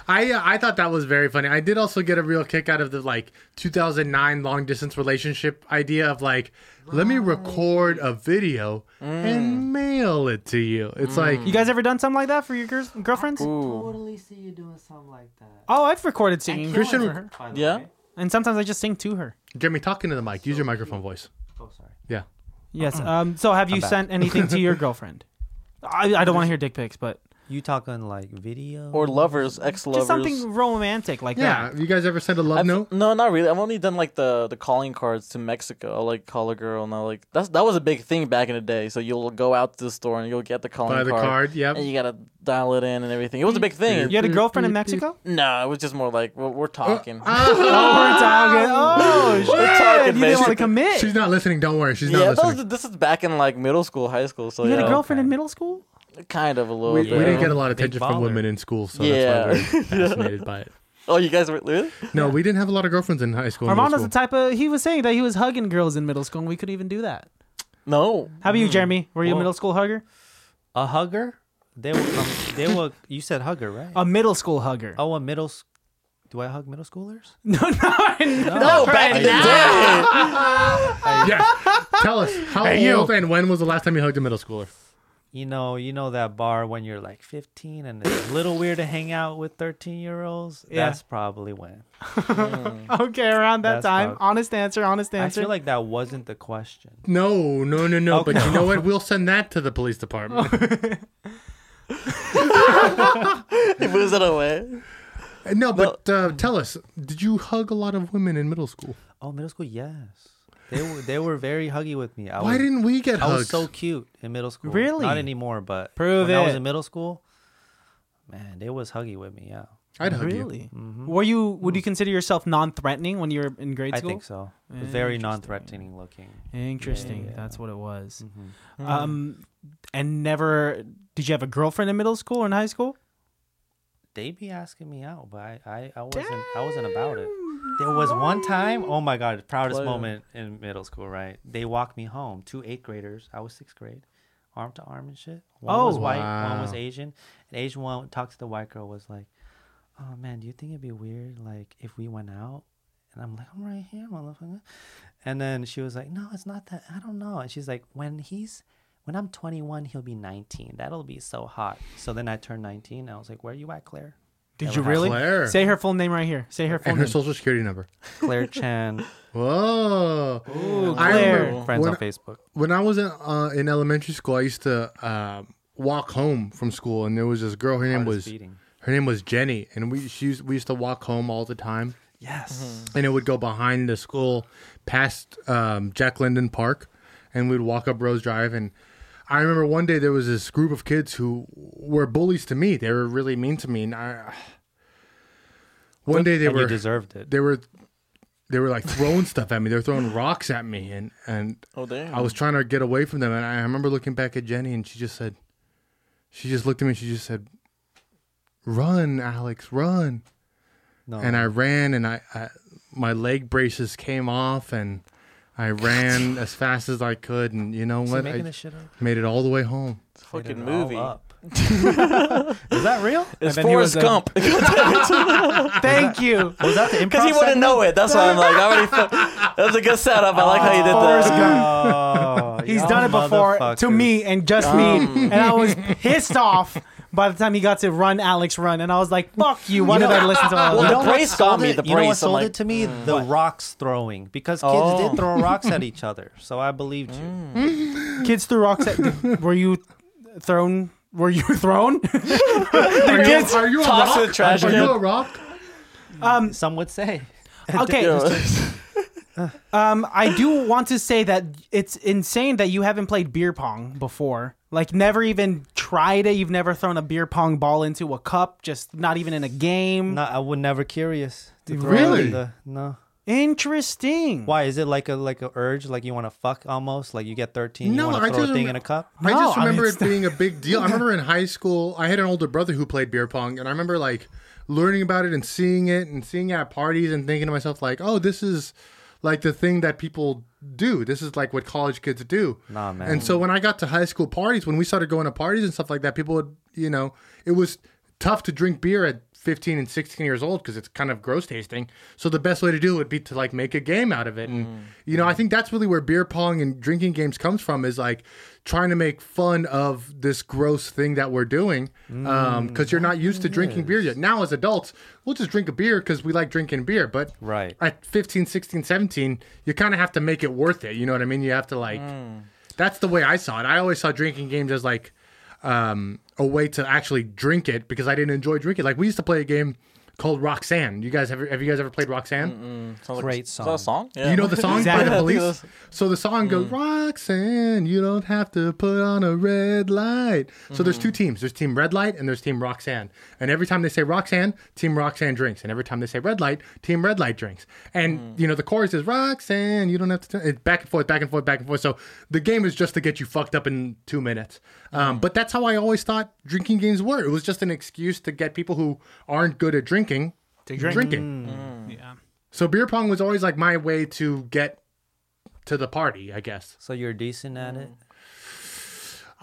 B: I uh, I thought that was very funny. I did also get a real kick out of the like 2009 long distance relationship idea of like, let me record a video
C: Mm.
B: and mail it to you. It's like
A: You guys ever done something like that for your girls, girlfriends?
C: Ooh.
D: totally see you doing something like that.
A: Oh, I've recorded singing
B: Christian-
A: for her,
D: By
C: Yeah?
D: way.
A: and sometimes I just sing to her.
B: Jeremy talking to the mic. Use your microphone voice.
D: Oh, sorry.
B: Yeah.
A: Yes. Um. So, have you
D: back.
A: sent anything to your girlfriend? I, I don't want to hear dick pics, but
D: You talking like video?
C: Or lovers, ex lovers.
A: just something romantic like
B: Yeah.
A: that.
B: You guys ever send a love
C: I've-
B: note?
C: No, not really. I've only done like the the calling cards to Mexico. I'll like call a girl and I'll like that's that was a big thing back in the day. So you'll go out to the store and you'll get the calling
B: Buy the
C: card.
B: card, yep.
C: And you gotta dial it in and everything. It was a big thing.
A: You had a girlfriend in Mexico?
C: No, it was just more like we're,
B: Uh,
C: we're talking.
B: ah.
A: Oh, we're talking. Oh, shit.
C: talking,
A: you didn't want to
C: basically.
A: commit.
B: She's not listening. Don't worry. She's not
C: yeah, that
B: listening.
C: was, this is back in like middle school, high school. So
A: You had
C: yeah,
A: a girlfriend in middle school?
C: kind of a little
B: we,
C: bit.
B: we didn't get a lot of
D: Big
B: attention from
D: baller.
B: women in school, so that's why
C: Yeah.
B: we're fascinated by it.
C: oh, you guys were really?
B: No, we didn't have a lot of girlfriends in high school. and
A: Armando's
B: middle
A: the type of he was saying that he was hugging girls in middle school and we couldn't even do that.
C: No.
A: How about you, Jeremy? Were you a
D: Mm. Well-
A: middle school hugger?
D: A hugger? They will come. they will. You said hugger, right?
A: A middle school hugger.
D: oh, a middle. s- Do I hug middle schoolers?
A: No, no, no.
C: No, Oh, back in the day.
B: school. Yeah. Tell us how
A: you.
B: old and when was the last time you hugged a middle schooler?
D: You know, you know that bar when you're like 15 and it's a little weird to hang out with 13 year olds.
A: Yeah.
D: That's probably when.
A: Okay, around that
D: That's
A: time.
D: not-
A: Honest answer, honest
D: I
A: answer.
D: feel like that wasn't the question.
B: No, no, no, no. But
D: Okay.
B: you know what? We'll send that to the police department.
C: He moves it away.
B: no, but uh, tell us, did you hug a lot of women in middle school?
D: Oh, middle school, yes. They were they were very huggy with me. I
B: Why
D: was,
B: didn't we get
D: I
B: hugs?
D: was so cute in middle school.
A: Really?
D: Not anymore, but
A: Prove
D: when I was
A: it.
D: in middle school, man, they was huggy with me. Yeah,
B: I'd hug you.
A: really? Were you would you consider yourself non threatening when you were in grade
D: Mm-hmm. I
A: school? Mm,
D: think so. Very non-threatening looking.
A: Interesting. That's what it was.
D: Mm-hmm.
A: Um and never did you have a girlfriend in middle school or in high school?
D: They be asking me out, but I I, I wasn't I wasn't about it. There was one time, oh my god, proudest
C: Player.
D: moment in middle school, right? They walked me home, two eighth graders. I was sixth grade, arm to arm and shit. One was
A: Oh.
D: white, one was
B: Wow.
D: Asian. An Asian one talked to the white girl, was like, "Oh man, do you think it'd be weird like if we went out?" And I'm like, "I'm right here, motherfucker." And then she was like, "No, it's not that. I don't know." And she's like, "When he's." When I'm 21, he'll be 19. That'll be so hot. So then I turned 19. I was like, "Where you at, Claire?"
A: Did
D: Never
A: you
D: had
A: really?
B: Claire.
A: Say her full name right here. Say her full
B: And her
A: name.
B: social security number.
D: Claire Chan.
B: Whoa. I
A: Claire.
B: remember
D: friends
B: when-
D: on Facebook.
B: when I was in, uh, in elementary school, I used to uh, walk home from school, and there was this girl. Her name
D: Heart is
B: was
D: beating.
B: her name was Jenny, and we she used, we used to walk home all the time,
D: Yes.
B: and it would go behind the school, past um, Jack Linden Park, and we'd walk up Rose Drive. And I remember one day there was this group of kids who were bullies to me. They were really mean to me, and I. One day they
D: and
B: were
D: you deserved it.
B: they were they were like throwing stuff at me. They were throwing rocks at me, and and
C: Oh damn.
B: I was trying to get away from them, and I remember looking back at Jenny, and she just said, she just looked at me, and she just said, "Run, Alex, run!"
D: No.
B: And I ran, and I, I my leg braces came off, and I ran as fast as I could, and you know
D: Is he
B: what?
D: making
B: I
D: this shit up?
B: made it all the way home.
C: It's a fucking
D: Made it all
C: movie.
D: up. Is that real?
C: It's
A: then he
C: Forrest
A: was a-
C: Gump.
A: Thank you.
D: Was that the improv?
C: Because he wouldn't know it. That's why I'm like, I already. Fu- that was a good setup. I like how you did
A: Forrest
C: that.
A: Gump.
D: Oh,
A: He's
D: y'all
A: done it before to
D: motherfuckers.
A: me and just me, and I was pissed off by the time he got to run Alex run, and I was like, "Fuck you! Why did I listen to all
C: Well,
A: that?"
C: the brace got me. The
D: you know what
C: brace. I'm
D: sold
C: like, mm.
D: it to me? The rocks throwing because kids
C: Oh. Mm.
D: did throw rocks at each other. So I believed you.
A: Kids threw rocks at. Were you thrown? Were you thrown? the kids. um,
B: are you a
C: toss the
B: rock?
C: trash
B: Are
C: can.
B: you a rock?
D: Some would say.
A: Okay.
C: Yeah.
A: Um, I do want to say that it's insane that you haven't played beer pong before. Like, never even tried it. You've never thrown a beer pong ball into a cup. Just not even in a game.
D: No, I would never curious. To throw
B: Really?
D: The, no.
A: Interesting.
D: Why is it like a like a urge? Like you want to fuck almost? Like you get thirteen,
B: No,
D: you
B: I
D: want to throw a
B: just-
D: thing in a cup?
B: I
A: No,
B: just
A: I mean,
B: remember
A: it's
B: it being a big deal. I remember in high school, I had an older brother who played beer pong, and I remember like learning about it and seeing it and seeing it at parties and thinking to myself like, "Oh, this is like the thing that people do. This is like what college kids do."
D: Nah, man.
B: And so when I got to high school parties, when we started going to parties and stuff like that, people would, you know, it was tough to drink beer at 15 and 16 years old because it's kind of gross tasting. So the best way to do it would be to like make a game out of it. And, you know, I think that's really where beer pong and drinking games comes from is like trying to make fun of this gross thing that we're doing because you're not used to drinking beer yet. Now, as adults, we'll just drink a beer because we like drinking beer. But
D: Right.
B: at 15, 16, 17, you kind of have to make it worth it. You know what I mean? You have to like. That's the way I saw it. I always saw drinking games as like um, a way to actually drink it because I didn't enjoy drinking. Like we used to play a game called Roxanne. You guys ever have you guys ever played Roxanne?
C: Sounds like-
D: Great
C: Is that a
D: song.
C: song? Yeah.
B: You know the song by the
A: Exactly.
B: police. So the song goes
A: Mm.
B: Roxanne. You don't have to put on a red light. So there's
A: Mm.
B: two teams. There's Team Red Light and there's Team Roxanne. And every time they say Roxanne, Team Roxanne drinks. And every time they say Red Light, Team Red Light drinks. And
A: Mm.
B: you know the chorus is Roxanne. You don't have to. It's back and forth, back and forth, back and forth. So the game is just to get you fucked up in two minutes.
A: Mm.
B: Um, But that's how I always thought drinking games were. It was just an excuse to get people who aren't good at drinking
A: To drink.
B: drinking.
A: Yeah.
B: So beer pong was always like my way to get to the party, I guess.
D: So you're decent at
C: Mm.
D: it.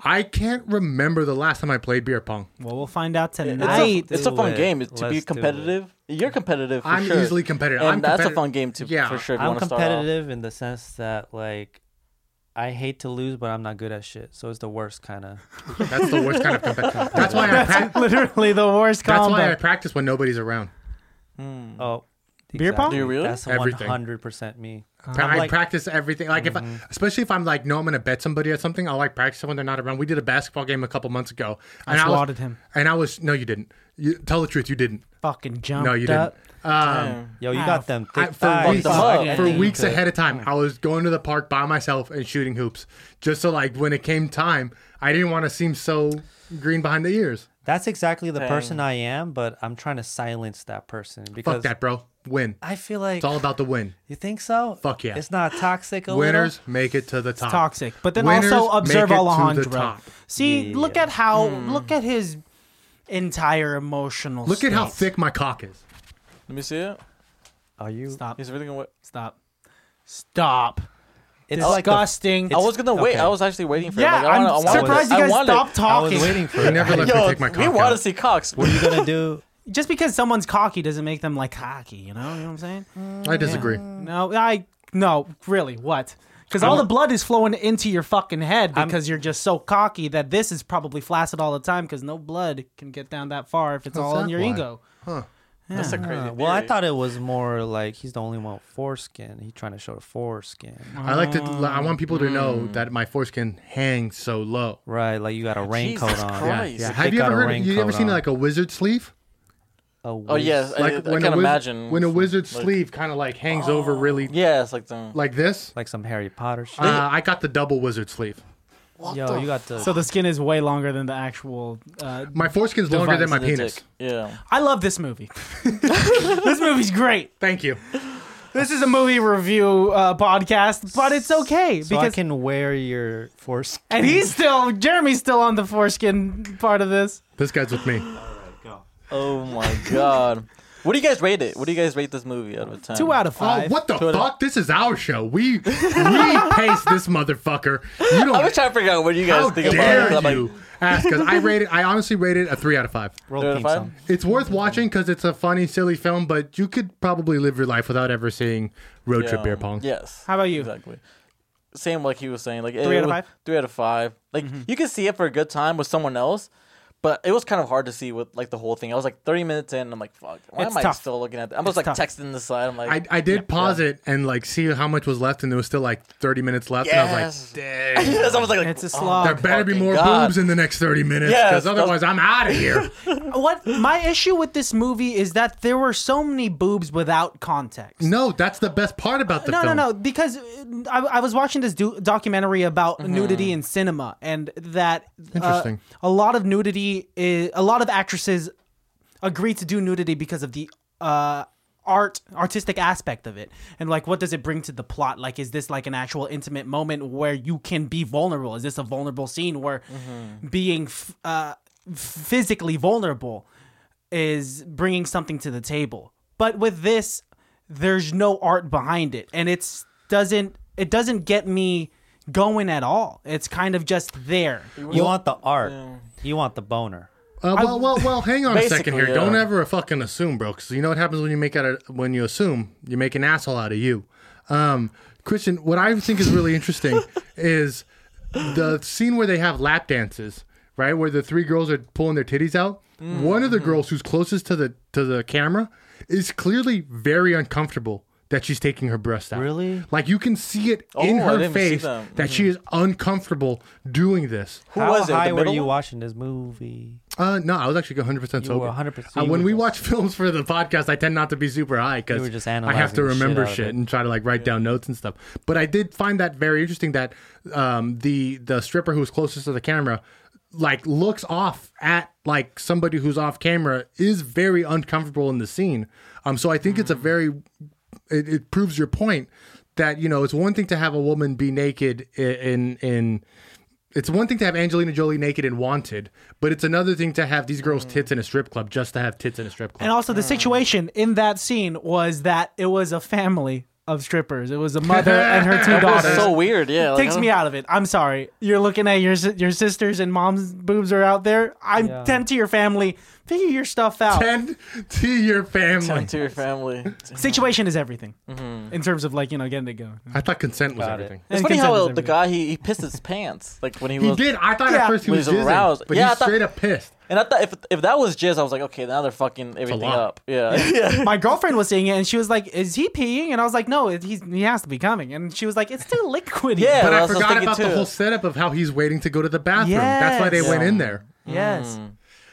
B: I can't remember the last time I played beer pong.
A: Well, we'll find out
C: It's
A: tonight.
C: a, it's a
D: do
C: fun
D: it.
C: game. It's to
D: Let's
C: be
D: do it.
C: competitive. You're competitive. For
B: I'm
C: sure.
B: easily competitive.
C: And
B: I'm
C: that's
B: competitive.
C: a fun game to
B: Yeah.
C: for sure. If you
D: I'm
C: want to start off.
D: competitive in the sense that like I hate to lose, but I'm not good at shit. So it's the worst kind of.
B: That's the worst kind of competitive. That's why I pra-
A: Literally the worst
B: that's why I
A: combo.
B: practice when nobody's around.
D: Oh,
A: Beer
D: exactly.
A: pong?
C: Mm. Do you really?
D: That's
B: Everything.
D: 100 percent me.
B: I
D: like-
B: practice everything. Like if, I, especially if I'm like, no, I'm gonna bet somebody at something. I like practice when they're not around. We did a basketball game a couple months ago.
A: I
B: and
A: swatted
B: was,
A: him.
B: And I was no, you didn't. You tell the truth, you didn't.
A: Fucking jump.
B: No, you
D: That-
B: didn't. Um,
D: Yo, you
A: Ow.
D: got them
B: I,
D: thick
B: for
D: thighs.
B: weeks,
C: them up.
D: I
B: for
D: think you
B: weeks
D: could.
B: ahead of time, I was going to the park by myself and shooting hoops, just so like when it came time, I didn't want to seem so green behind the ears.
D: That's exactly the person I am, but I'm trying to silence that person because
B: Fuck that, bro. Win.
D: I feel like
B: It's all about the win.
D: you think so.
B: Fuck yeah.
D: It's not toxic. A
B: Winners
D: Little?
B: make it to the top.
A: toxic. But then
B: Winners
A: also observe
B: make it to the
A: Alejandro.
B: top.
A: See, look at how
C: Hmm.
A: look at his entire emotional.
B: Look at how
A: state.
B: thick my cock is.
C: Let me see it.
D: Are you?
A: Stop!
C: He's really gonna wait.
A: Stop! Stop!
D: It's like the-
A: Disgusting.
C: I was gonna wait.
D: okay.
C: I was actually waiting for. it.
A: yeah,
C: Like, I
A: I'm
C: wanna, I wanna-
A: surprised
C: I
A: you guys
C: wanted-
A: stopped
D: I was
A: talking.
D: waiting for.
B: They
D: it.
B: never let me
C: Yo,
B: take my cock.
C: we
B: out.
C: want to see cocks.
D: What are you gonna do?
A: Just because someone's cocky doesn't make them like cocky. You know, you know what I'm saying?
B: I disagree.
A: No, I no, really, what? Because all the blood is flowing into your fucking head because you're just so cocky that this is probably flaccid all the time because no blood can get down that far if it's
B: How's
A: all in
B: that
A: your
B: why?
A: ego.
C: That's a crazy.
D: Uh, well, I
C: theory.
D: thought it was more like he's the only one with foreskin. He trying to show the foreskin,
B: I like to. I want people to know
D: Mm.
B: that my foreskin hangs so low.
D: right? Like you got a raincoat
C: Jesus
D: on.
B: Yeah,
C: Christ.
B: yeah.
C: They
B: Have you
D: got
B: ever
D: a
B: heard? You ever
D: raincoat
B: seen
D: on.
B: like a wizard sleeve?
D: A
C: Oh
D: waist-
C: yes, I,
B: Like
C: I
B: when
C: can
B: a wiz-
C: imagine.
B: when a wizard's
C: like- Oh.
B: sleeve kind of like hangs over really
C: Yeah, it's like the.
B: like this.
D: like some Harry Potter shit.
B: Uh, I got the double wizard sleeve.
D: Yo, you got the.
A: So the skin is way longer than the actual. Uh,
B: My foreskin's longer than my
C: the
B: penis.
C: dick. Yeah.
A: I love this movie. this movie's great.
B: Thank you.
A: This is a movie review uh, podcast, but it's okay
D: so I
A: because
D: can wear your foreskin.
A: and he's still Jeremy's still on the foreskin part of this.
B: This guy's with me.
C: Oh my god. What do you guys rate it? What do you guys rate this movie out of ten?
A: Two out of
B: Oh,
A: five.
B: what the
C: Twitter.
B: fuck? This is our show. We we pace this motherfucker. You
C: I was
B: don't.
C: trying to figure out what you guys
B: How
C: think about it.
B: dare
C: I'm like,
B: you ask? Because I rated. I honestly rated a three out of five.
D: Roll
C: Three out of
D: theme
C: five?
D: song.
B: It's worth watching because it's a funny, silly film. But you could probably live your life without ever seeing Road Trip
C: yeah.
B: Beer Pong.
C: Yes.
A: How about you?
C: Exactly. Same like he was saying. Like
A: Three
C: it
A: out of
C: was-
A: five? Mm-hmm.
C: Three out of five. Like you could see it for a good time with someone else, but it was kind of hard to see with like the whole thing. I was like thirty minutes in, and I'm like, fuck. Why
A: It's
C: am I
A: tough.
C: still looking at? That? I'm just like
A: tough.
C: texting the side. I'm like,
B: I, I did pause it and like see how much was left, and there was still like thirty minutes left, and I was
C: yes.
B: like,
C: Yes, I was like,
A: It's a
C: oh,
A: slog.
B: there better be
C: fucking
B: more
C: God.
B: boobs in the next thirty minutes,
C: Yes,
B: because
C: that was-
B: otherwise I'm out of here.
A: what my issue with this movie is that there were so many boobs without context.
B: no, that's the best part about the
A: no,
B: film.
A: no, no. Because uh, I, I was watching this do- documentary about nudity in cinema, and that uh,
B: Interesting.
A: a lot of nudity, is, a lot of actresses agree to do nudity because of the uh, art artistic aspect of it and like what does it bring to the plot like is this like an actual intimate moment where you can be vulnerable is this a vulnerable scene where being f- uh, physically vulnerable is bringing something to the table but with this there's no art behind it and it's doesn't it doesn't get me going at all it's kind of just there
D: You want the art. You want the boner.
B: Uh, well, well, well. Hang on a second
C: Basically,
B: here.
C: yeah.
B: Don't ever fucking assume, bro. Because you know what happens when you make out a, when you assume you make an asshole out of you. Um, Christian, what I think is really interesting is the scene where they have lap dances, right? Where the three girls are pulling their titties out. One
C: Mm-hmm.
B: of the girls who's closest to the to the camera is clearly very uncomfortable that she's taking her breast out.
D: Really?
B: Like you can see it in
C: Oh, I
B: her
C: didn't see
B: face that
C: that. Mm-hmm.
B: she is uncomfortable doing this.
C: Who
D: How
C: was it?
D: high
C: The
D: were
C: middle
D: you
C: one?
D: watching this movie?
B: Uh, no, I was actually 100% sober.
D: You were 100%
B: Uh, when
D: you
B: we
D: were
B: watch films for the podcast, I tend not to be super high
D: You
B: because
D: were just
B: I have
D: analyzing
B: to
D: the shit
B: remember
D: out of
B: shit,
D: it.
B: and try to like write down notes and stuff. But I did find that very interesting that um, the the stripper who was closest to the camera like looks off at like somebody who's off camera is very uncomfortable in the scene. Um, so I think it's a
D: Mm.
B: very it, it proves your point that you know it's one thing to have a woman be naked i- in in it's one thing to have Angelina Jolie naked and wanted, but it's another thing to have these girls tits in a strip club just to have tits in a strip club.
A: And also, the situation in that scene was that it was a family of strippers. It was a mother and her two
C: That was
A: daughters.
C: so weird. Yeah, like,
A: Takes me out of it. I'm sorry. You're looking at your si- your sisters and mom's boobs are out there. I'm
D: Yeah.
A: tend to your family. Figure your stuff out.
B: Tend to your family.
C: to your family.
A: Situation is everything
D: Mm-hmm.
A: in terms of like you know getting it going.
B: I thought consent was
D: Got it.
B: everything.
C: It's
A: And
C: funny
A: consent is
C: how the
A: everything.
C: guy he, he pissed his pants like when he
B: He
C: was
B: did. I thought
A: Yeah.
B: at first he
C: When
B: was,
C: he's
B: jizzing,
C: aroused.
B: but
C: Yeah, I
B: he's
C: thought-
B: straight up pissed.
C: and I thought if if that was jizz I was like okay now they're fucking everything
B: lot.
C: up yeah yeah
A: My girlfriend was seeing it and she was like, "Is he peeing?" And I was like, "No, it- he's, he has to be coming." And she was like, "It's too liquidy."
C: Yeah.
B: But
C: well,
B: I
C: I was just
B: forgot
C: thinking
B: about the
C: too.
B: whole setup of how he's waiting to go to the bathroom. That's why they
A: Yes.
B: went
C: Yeah.
B: in there.
A: Yes.
D: Mm.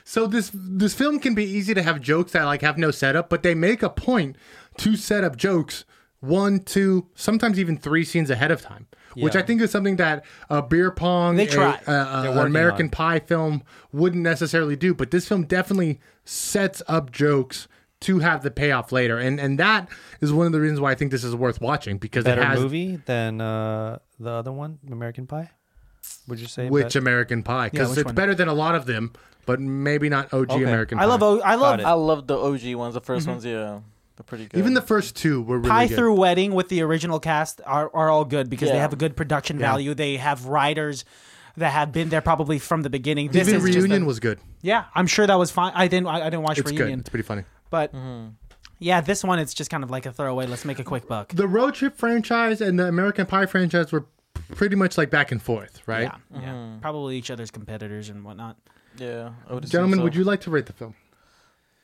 B: So this this film can be easy to have jokes that like have no setup, but they make a point to set up jokes one, two, sometimes even three scenes ahead of time, which
D: Yeah.
B: I think is something that a beer pong,
A: They
B: a-
A: try.
B: a- a-
D: They're
B: an
D: working
B: American
D: on it.
B: Pie film wouldn't necessarily do. But this film definitely sets up jokes to have the payoff later, and and that is one of the reasons why I think this is worth watching because
D: Better
B: it has
D: movie than uh, the other one, American Pie. Would you say?
B: which
D: bet-
B: American Pie
A: Yeah,
B: because
A: which
B: it's
A: one?
B: better than a lot of them, but maybe not OG
D: Okay.
B: American.
A: I
B: Pie.
A: love. O- I love
D: Got it.
C: I love the OG ones the 1st ones yeah they're pretty good
B: Even the first two were really
A: Pie
B: good.
A: Through Wedding with the original cast are, are all good because they
C: Yeah.
A: have a good production value. They have writers that have been there probably from the beginning. This
B: Even
A: is just a-
B: reunion was good.
A: yeah, I'm sure that was fine. I didn't I, I didn't watch
B: It's good.
A: reunion,
B: It's pretty funny.
A: but yeah, this one it's just kind of like a throwaway. Let's make a quick buck.
B: The road trip franchise and the American Pie franchise were pretty much like back and forth, right?
A: Yeah, yeah, probably each other's competitors and whatnot.
C: yeah I would assume
B: Gentlemen,
C: so.
B: would you like to rate the film?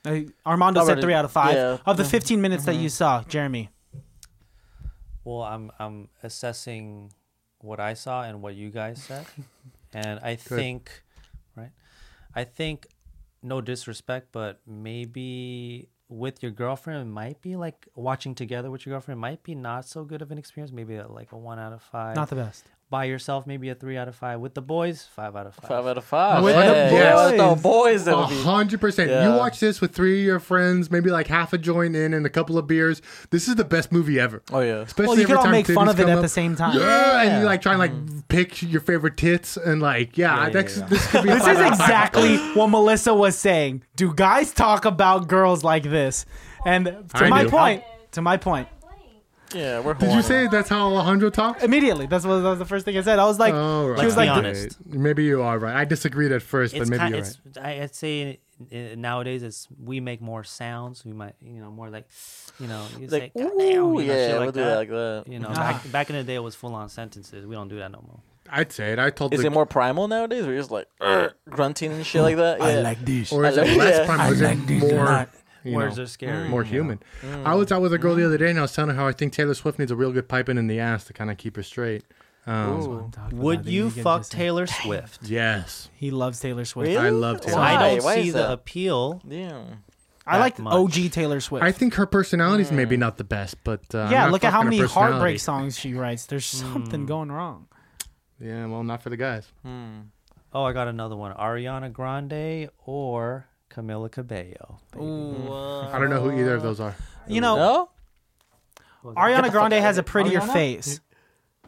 A: Uh, Armando said
C: Already-
A: three out of five
C: yeah.
A: of the 15 minutes that you saw, Jeremy.
D: Well, I'm I'm assessing what I saw and what you guys said, and I think, right? I think, no disrespect, but maybe with your girlfriend, it might be like watching together with your girlfriend might be not so good of an experience. Maybe a, like a one out of five.
A: Not the best.
D: by yourself, maybe a three out of five. With the boys, five out of five.
C: five out of five
B: With the
C: yeah,
B: Uh-huh.
C: yeah, with
A: boys.
C: the boys that
B: A
C: would be
B: hundred percent. You
C: Yeah.
B: watch this with three of your friends, maybe like half a joint in and a couple of beers. This is the best movie ever.
C: oh yeah
B: Especially
A: Well, you
B: every
A: can all
B: time
A: make fun
B: titties
A: of it
B: come
A: at
B: up.
A: the same time. Mm-hmm.
B: Yeah, and you like try and like pick your favorite tits and like yeah,
D: Yeah, yeah,
B: that's-
D: yeah.
B: this could be.
A: This is exactly what Melissa was saying. Do guys talk about girls like this? And to
B: I
A: my
B: do.
A: point, to my point,
E: Blank.
C: yeah we're
B: Did you
C: horny.
B: say that's how Alejandro talks?
A: immediately. That's what that was the first thing I said. I was like,
B: Oh, right.
A: she was
D: Let's be
A: like,
D: honest.
B: Maybe you are right. I disagreed at first, but
D: it's
B: maybe
D: kind,
B: you're right.
D: it's I, I'd say uh, nowadays it's we make more sounds. We might you know more like you know you say,
C: like
D: "Goddamn,"
C: ooh
D: you know, shit
C: yeah we'll
D: like
C: do that like
D: that.
C: that
D: You know,
B: Ah.
D: back, back in the day, it was full on sentences. We don't do that no more.
B: I'd say it. I told
C: is
B: the,
C: it more primal nowadays where you're just like
B: Uh,
C: "Ugh," grunting and shit like that yeah
A: this.
B: or is
C: I
B: it
C: like-
B: less
C: yeah.
B: prime? Or is it more, you
D: Words
B: know,
D: are scary. Mm.
B: more human?
C: Mm.
B: I was out with a girl
A: Mm.
B: the other day, and I was telling her how I think Taylor Swift needs a real good piping in the ass to kind of keep her straight. Um,
C: Ooh.
D: Would you fuck Taylor Swift?
B: yes,
A: He loves Taylor Swift.
C: Really?
B: I love Taylor.
D: So I
C: Why?
D: don't
C: Why
D: see
C: is
D: the
C: that?
D: appeal.
C: yeah
A: I like
D: That much.
A: OG Taylor Swift.
B: I think her personality is
C: Mm.
B: maybe not the best, but uh, I'm
A: yeah,
B: not
A: look at how
B: fucking her
A: many heartbreak
B: personality.
A: songs she writes. There's something going wrong.
B: Yeah, well, not for the guys.
D: Oh, I got another one: Ariana Grande or Camila Cabello.
A: Ooh.
B: I don't know who either of those are.
A: You know,
C: No?
A: Ariana Grande has a prettier
C: Ariana?
A: face.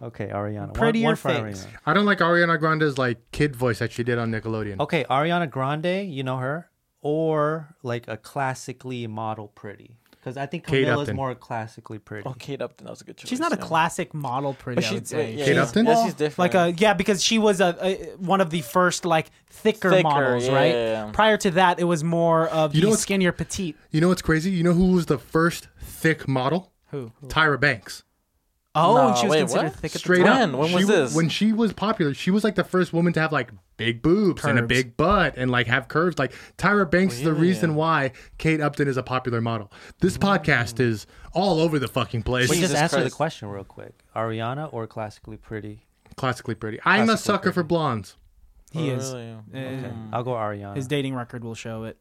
D: Okay, Ariana. One-
A: Prettier
D: one for
A: face.
D: Ariana.
B: I don't like Ariana Grande's like kid voice that she did on Nickelodeon.
C: Oh.
D: Okay, Ariana Grande, you know her, or like a classically model pretty. Because I think
B: Kate
D: Camila's
B: Upton.
D: more classically pretty.
C: Oh, Kate Upton. That was a good choice.
A: She's not a
C: yeah.
A: classic model pretty.
C: But
A: I would
C: she's,
A: say.
C: yeah,
B: Kate
C: yeah,
B: Upton?
C: Yeah,
B: Well,
C: she's different.
A: like uh, a yeah because she was a, a one of the first like thicker,
C: Thicker,
A: models
C: yeah,
A: right
C: yeah, yeah.
A: prior to that it was more of
B: You know
A: the
B: what's-
A: skinnier petite
B: You know what's crazy? You know who was the first thick model?
A: who
B: Tyra Banks.
A: oh
C: No,
A: and she was
C: wait,
A: considered
C: what?
A: thick at
B: Straight
A: the time.
B: up.
C: When? When
B: She
C: was
B: w-
C: this?
B: When she was popular, she was like the first woman to have like big boobs and a
A: Curves.
B: big butt and like have curves. Like Tyra Banks is the
C: Really?
B: reason why Kate Upton is a popular model. This podcast is all over the fucking place.
D: But Hmm. just
C: Jesus
D: answer the
C: Christ.
D: question real quick. Ariana or classically pretty?
B: Classically pretty. I'm a
D: Classically
B: sucker for
D: pretty.
B: blondes.
A: he is
C: Oh, Really?
A: Uh,
D: I'll go Ariana.
A: his dating record will show it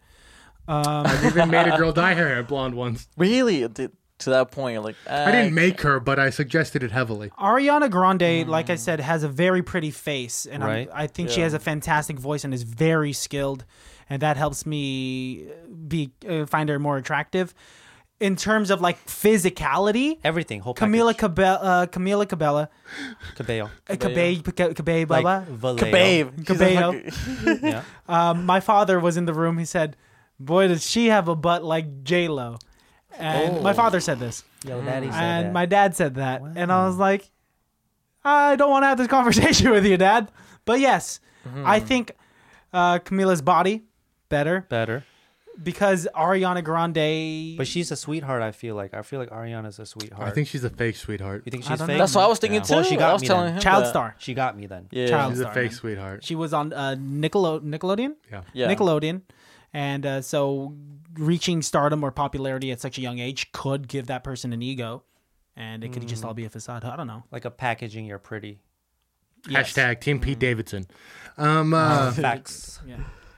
A: um
B: I even made a girl dye her hair blonde once.
C: Really? Did- To that point, like eh.
B: I
D: Uh,
B: didn't make her, but I suggested it heavily.
A: Ariana Grande, like I said, has a very pretty face, and I'm-
D: Right.
A: I think she
C: Hmm. Yeah.
A: has a fantastic voice and is very skilled, and that helps me be uh, find her more attractive. In terms of like physicality,
D: Everything. Whole
A: Camila
D: package.
A: Cabella, uh, Camila Cabella,
D: Cabello.
A: uh, Cabey, Cabey,
D: Like
A: Baba.
D: Vallejo.
C: Babe. She's a
A: Cabello.
C: fucking-
D: Yeah.
A: Um, my father was in the room. He said, "Boy, does she have a butt like J Lo." And my father said this,
D: Yo, daddy Oh. said
A: Hmm. and
D: that.
A: my dad said that, and I was like, "I don't want to have this conversation with you, Dad." But yes,
D: Hmm.
A: I think uh, Camila's body better
D: better.
A: because Ariana Grande.
D: But she's a sweetheart. I feel like. I feel like Ariana's a sweetheart.
B: I think she's a fake sweetheart.
D: You think
A: I
D: she's
A: don't
D: fake?
A: know.
C: That's what I was thinking
D: Yeah.
C: too.
D: Well, she got
C: I was
D: me
C: telling
D: then.
C: him
A: child
C: that.
A: star.
D: She got me then.
C: Yeah.
A: Child
B: She's a
A: star,
B: fake
A: man.
B: sweetheart.
A: She was on uh, Nickelo- Nickelodeon.
B: Yeah.
C: Yeah.
A: Nickelodeon. And uh, so reaching stardom or popularity at such a young age could give that person an ego. And it could just
C: Mm.
A: all be a facade. I don't know.
D: Like a packaging. You're pretty.
A: Yes.
B: Hashtag Team
D: Mm-hmm.
B: Pete Davidson. Um, uh,
D: Facts.
A: Yeah.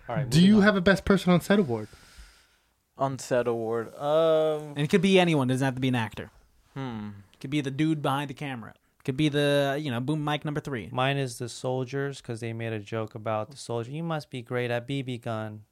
D: All right.
B: do
D: moving
B: you
D: on.
B: have a best person on set award?
C: Unsaid award. Um.
A: And it could be anyone. doesn't have to be an actor.
C: Hmm.
A: It could be the dude behind the camera. It could be the, you know, boom mic number three.
D: Mine is the soldiers because they made a joke about the soldier. You must be great at BB gun,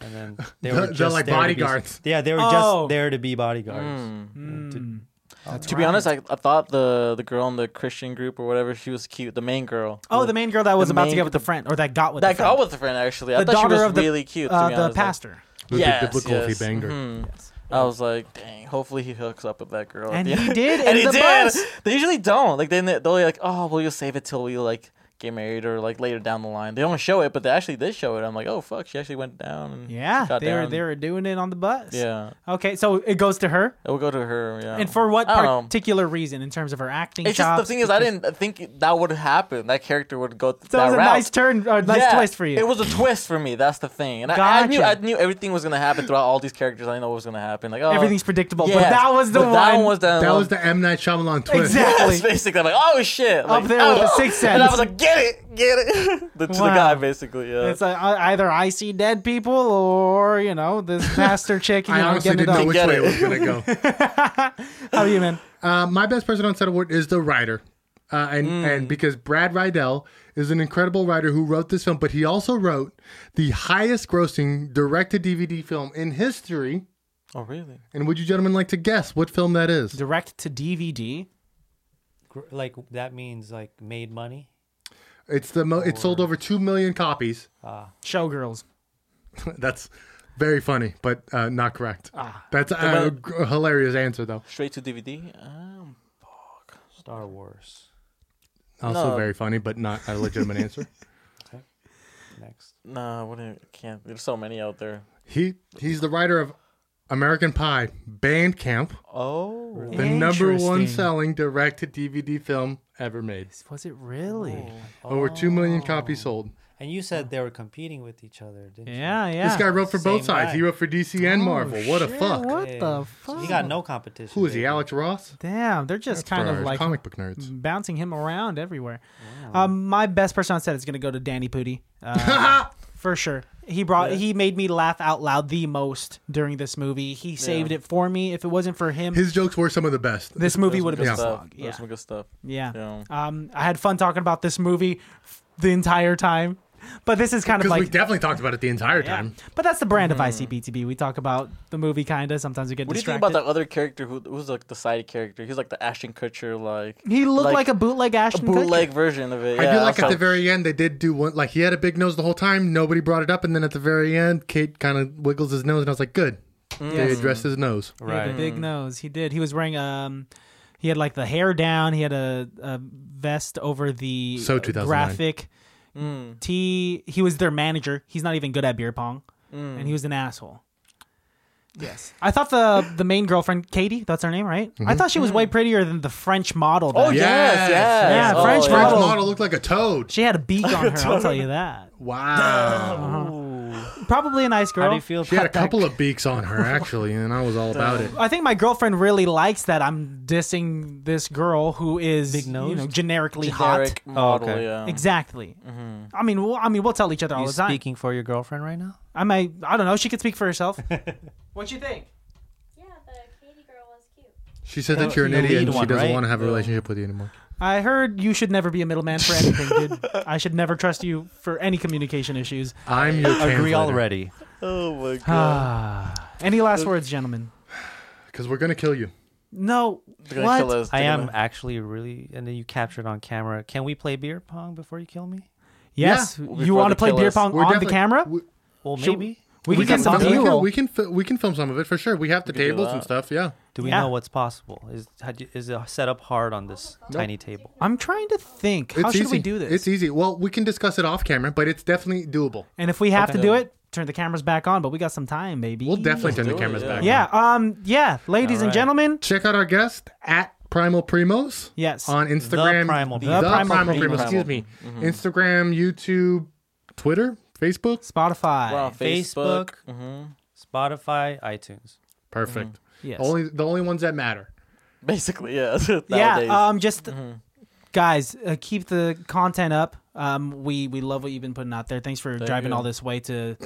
D: and then they
B: They're-
D: were
B: they're
D: just
B: like
D: there to be-
B: bodyguards.
D: yeah, they were
A: Oh.
D: just there to be bodyguards.
C: Hmm.
D: And to-
A: Mm.
C: To be honest, I, I thought the the girl in the Christian group or whatever she was cute. The main girl.
A: Oh, the main girl that was
C: The
A: about to
C: main-
A: get with the friend or that got with
C: That
A: the friend.
C: girl was a friend actually. I
A: The
C: thought she
A: daughter
C: was
A: of the-
C: really cute. To
A: uh,
C: be
A: the
C: honest. Like,
A: pastor.
B: It would be
C: Yes,
B: biblical if he
C: yes.
B: banged her.
C: Mhm. I was like, dang. Hopefully he hooks up with that girl. at
A: And
C: the
A: he
C: end.
A: did, and
C: and he
A: the
C: did.
A: best.
C: They usually don't. Like then they- they'll be like, oh, well, you'll save it till we like get married or like later down the line. They don't show it, but they actually did show it. I'm like, oh fuck, she actually went down. And
A: Yeah,
C: got
A: they were,
C: down.
A: they were doing it on the bus.
C: Yeah,
A: Okay, so it goes to her.
C: it will go to her. Yeah.
A: And for what
C: I don't know.
A: particular reason in terms of her acting?
C: It's just the
A: chops?
C: thing is, I didn't think that would happen. That character would go th-
A: So
C: that
A: it was a
C: route.
A: nice turn, or nice
C: Yeah,
A: twist for you.
C: It was a twist for me. That's the thing, and I, I knew I
A: Gotcha.
C: knew everything was gonna happen throughout all these characters. I know what was gonna happen. Like oh,
A: Everything's predictable, but
C: yes,
A: that was the
C: but
A: one.
C: That one was the
B: That
C: one-
B: was the M Night Shyamalan twist.
A: Exactly.
C: Yes, basically, I'm like oh shit, like,
A: there with
C: oh.
A: The Sixth
C: And I
A: Sense.
C: was like, get it, get it, the, to the
A: Wow.
C: guy basically. Yeah.
A: It's like, uh, either I see dead people or you know this pastor chick. You
B: I
A: know,
B: honestly
A: getting
B: didn't
A: it
B: know
A: up.
B: which
C: Get
B: way it
C: it.
B: was going to go.
A: How you man?
B: Uh, my best person on set award is the writer. Uh, and, and because Brad Rydell is an incredible writer who wrote this film, but he also wrote the highest grossing direct to DVD film in history.
C: oh really?
B: And would you gentlemen like to guess what film that is?
A: Direct to DVD.
D: Gr- like that means like made money.
B: It's the mo- it sold over 2 million copies.
A: Showgirls.
B: That's very funny, but uh, not correct. That's a, a g- hilarious answer, though.
C: Straight to DVD. Um,
D: Star Wars.
B: Also
C: No.
B: very funny, but not a legitimate answer.
D: Next.
C: no, what do- can't. There's so many out there.
B: He he's the writer of American Pie, Bandcamp,
C: Oh,
B: the number one
A: Interesting.
B: selling direct to DVD film ever made.
A: Was it really?
C: Oh,
A: Oh.
B: Over two million copies sold.
D: And you said they were competing with each other, didn't
A: Yeah, yeah. Oh,
B: This guy wrote for
D: Same
B: both sides.
D: guy.
B: He wrote for DC and Marvel. What a
A: Shit,
B: fuck!
A: What
D: you?
A: the
D: Yeah.
A: fuck?
D: He got no competition.
B: Who is he,
D: baby.
B: Alex Ross?
A: Damn, they're just kind of
B: For
A: like
B: comic book nerds.
A: bouncing him around everywhere. Um, my best person on set is gonna go to Danny Pudi, uh, for sure. He brought he made me laugh out loud the most during this movie. He saved it for me. If it wasn't for him,
B: His jokes were some of the best.
A: this movie
C: There's
A: would have
C: some good
A: been a
C: stuff.
A: slog.
C: There's
A: Yeah.
C: some good stuff.
A: yeah,
C: Yeah.
A: Um, I had fun talking about this movie f- the entire time. but this is kind of
B: Because
A: like
B: we definitely talked about it the entire
A: yeah.
B: time.
A: But that's the brand of ICPTB. We talk about the movie kind of. Sometimes we get
C: Hmm. What do you think
A: distracted.
C: about the other character who who's like the side character? He's like the Ashton Kutcher, like
A: He looked like,
C: Like,
A: a bootleg
C: a
A: Ashton Kutcher.
C: bootleg version of it.
B: I
C: yeah,
B: do like
C: so-
B: at the very end they did do one like he had a big nose the whole time. Nobody brought it up, and then at the very end, Kate kind of wiggles his nose, and I was like, good.
C: Mm.
B: They addressed his nose.
A: He had the
D: Right.
A: big nose. He did. He was wearing um, he had like the hair down. He had a, a vest over the
B: So
A: uh,
B: 2009.
A: graphic
C: Mm.
A: tee. He was their manager. He's not even good at beer pong, and he was an asshole. Yes, I thought the the main girlfriend, Katie, that's her name, right? I thought she was way prettier than the French model.
C: Oh
A: that-
B: Yes.
C: yes, yes,
A: Yeah,
C: Oh,
A: French
B: French
A: model.
B: model looked like a toad.
A: she had a beak on her. I'll tell you that.
B: Wow.
A: Probably a nice girl.
D: How do you feel?
B: She had a
D: about that?
B: couple of beaks on her actually, and I was all about it.
A: I think my girlfriend really likes that I'm dissing this girl who is you
D: Big-nosed?
A: know, generically hot. Oh,
C: Generic model,
D: okay.
C: yeah.
A: Exactly.
C: mm-hmm.
A: I mean, we'll, I mean, we'll tell each other all
D: You
A: the time.
D: speaking for your girlfriend right now?
A: I might, I don't know. She could speak for herself. what you think?
E: Yeah, the Katie girl was cute.
B: She said that
D: The-
B: you're an
D: the lead
B: idiot. and She
D: one,
B: doesn't
D: right?
B: want to have a relationship with you anymore.
A: I heard you should never be a middleman for anything, dude. I should never trust you for any communication issues.
B: I'm your
D: Agree
B: translator.
D: already.
C: Oh my god.
A: Ah. Any last words, gentlemen?
B: Because we're gonna kill you.
A: No.
C: They're gonna kill
A: What?
C: us.
D: I
C: They're
D: am
C: gonna-
D: actually really, and then you captured on camera. Can we play beer pong before you kill me?
A: Yes. you
C: Before
A: want to
C: they
A: play
C: kill
A: beer
C: us.
A: pong
B: We're
A: on the
B: definitely-
A: camera?
B: We,
D: Well,
A: Should-
D: maybe.
A: We,
B: we can,
A: can get some
B: we,
A: B-roll.
B: can, we can fi- we can film some of it for sure. We have the
C: can do
B: tables and
C: that.
B: stuff. Yeah.
D: Do we
A: Yeah.
D: know what's possible? Is had you- is it set up hard on this tiny table?
A: I'm trying to think. How
B: It's
A: should
B: easy.
A: we do this?
B: It's e- easy. Well, we can discuss it off camera, but it's definitely doable.
A: and if we have
D: Okay.
A: to do it, turn the cameras back on. But we got some time, baby.
B: We'll definitely turn the
C: do it,
B: cameras
C: yeah.
B: back.
A: Yeah. Um. Yeah, ladies and
D: Alright.
A: gentlemen.
B: Check out our guest at Primal Primos
A: Yes.
B: on Instagram.
D: Primal
B: the
D: Primos.
A: The
B: Primal, Mm-hmm.
A: Primal
B: Primos.
A: Primos.
B: Excuse me. Instagram, YouTube, Twitter, Facebook.
A: Spotify.
C: We're on
D: Facebook.
C: Facebook.
D: Spotify, iTunes.
B: Perfect.
A: Yes.
B: Only the only ones that matter.
C: Basically, yeah.
A: yeah.
C: Nowadays.
A: Um. Just
D: Mm-hmm.
A: guys, uh, keep the content up. Um. We we love what you've been putting out there. Thanks for driving
C: you.
A: all this way to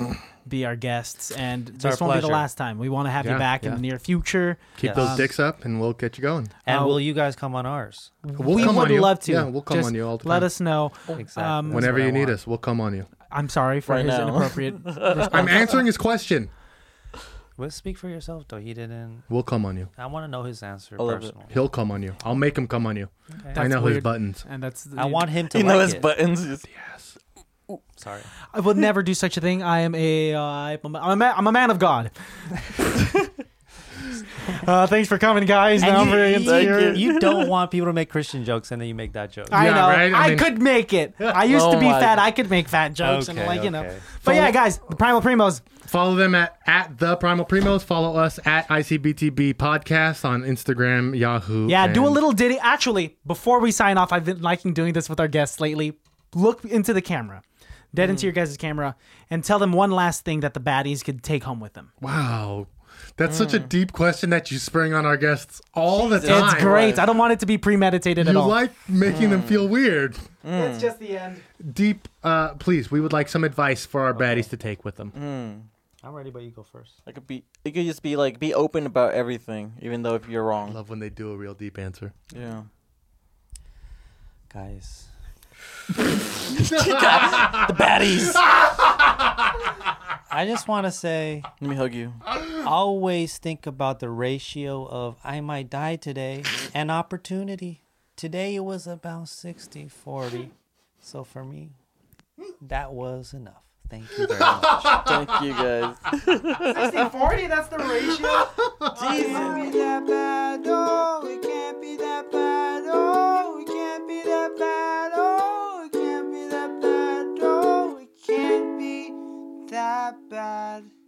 A: be our guests, and
D: our
A: this won't be the
D: pleasure.
A: last time. We want to have you
B: Yeah,
A: back in
B: yeah.
A: the near future.
B: Keep
D: Yes.
B: those dicks up, and we'll get you going.
D: And
A: Oh.
D: will you guys come on ours?
B: We'll
A: we
B: come
A: would
B: on you.
A: love to.
B: Yeah, we'll come
A: Just
B: on you all the
A: Let
B: time.
A: us know.
D: Exactly.
A: Um,
D: That's
B: Whenever
D: what I
B: you need
D: want.
B: us, we'll come on you.
A: I'm sorry for
C: Right
A: his
C: now.
A: inappropriate.
B: I'm answering his question.
D: Well, speak for yourself, though. He didn't.
B: We'll come on you.
D: I want to know his answer
C: love it.
D: personally.
B: He'll come on you. I'll make him come on you. I
A: That's
B: know his
A: weird.
B: buttons.
A: and that's.
D: I want him to
C: you
D: like
C: know his
D: it.
C: buttons. It's-
D: Sorry.
A: I would never do such a thing. I am a, uh, I'm, a man, I'm a man of God. uh, thanks for coming, guys. Now I'm very
D: And you,
A: insecure.
D: you, you don't want people to make Christian jokes and then you make that joke.
A: I
B: Yeah,
A: know.
B: right? I
A: I,
B: mean-
A: could make it. I used to
C: Oh
A: be
C: my
A: fat.
C: God.
A: I could make fat jokes and
D: Okay,
A: like you know.
D: okay.
A: But yeah, guys, the Primal Primos.
B: Follow them at, at the Primal Primos. Follow us at ICBTB Podcast on Instagram, Yahoo.
A: Yeah, do a
B: and-
A: little ditty. Actually, before we sign off, I've been liking doing this with our guests lately. Look into the camera, dead
B: Mm.
A: into your guys' camera, and tell them one last thing that the baddies could take home with them.
B: Wow. That's such a deep question that you spring on our guests all the time.
A: Mm. It's great. I don't want it to be premeditated at
B: You
A: all. Mm.
B: like Mm. making them feel weird.
A: It's just the end.
B: Deep, uh, please, we would like some advice for our baddies to take with them.
A: Mm.
D: I'm ready, but you go first.
C: It could be. It could just be like be open about everything, even though if you're
B: I
C: wrong.
B: love when they do a real deep answer.
C: Yeah.
D: Guys.
C: the baddies.
D: I just want to say
C: Let me hug you.
D: always think about the ratio of I might die today and opportunity. Today it was about 60 40. So for me, that was enough. Thank you very much.
C: Thank you guys.
A: 40, that's the ratio.
F: can't be that bad. Oh, it can't be that bad. Oh, it can't be that bad. Oh, it can't be that bad. Oh, it can't be that bad.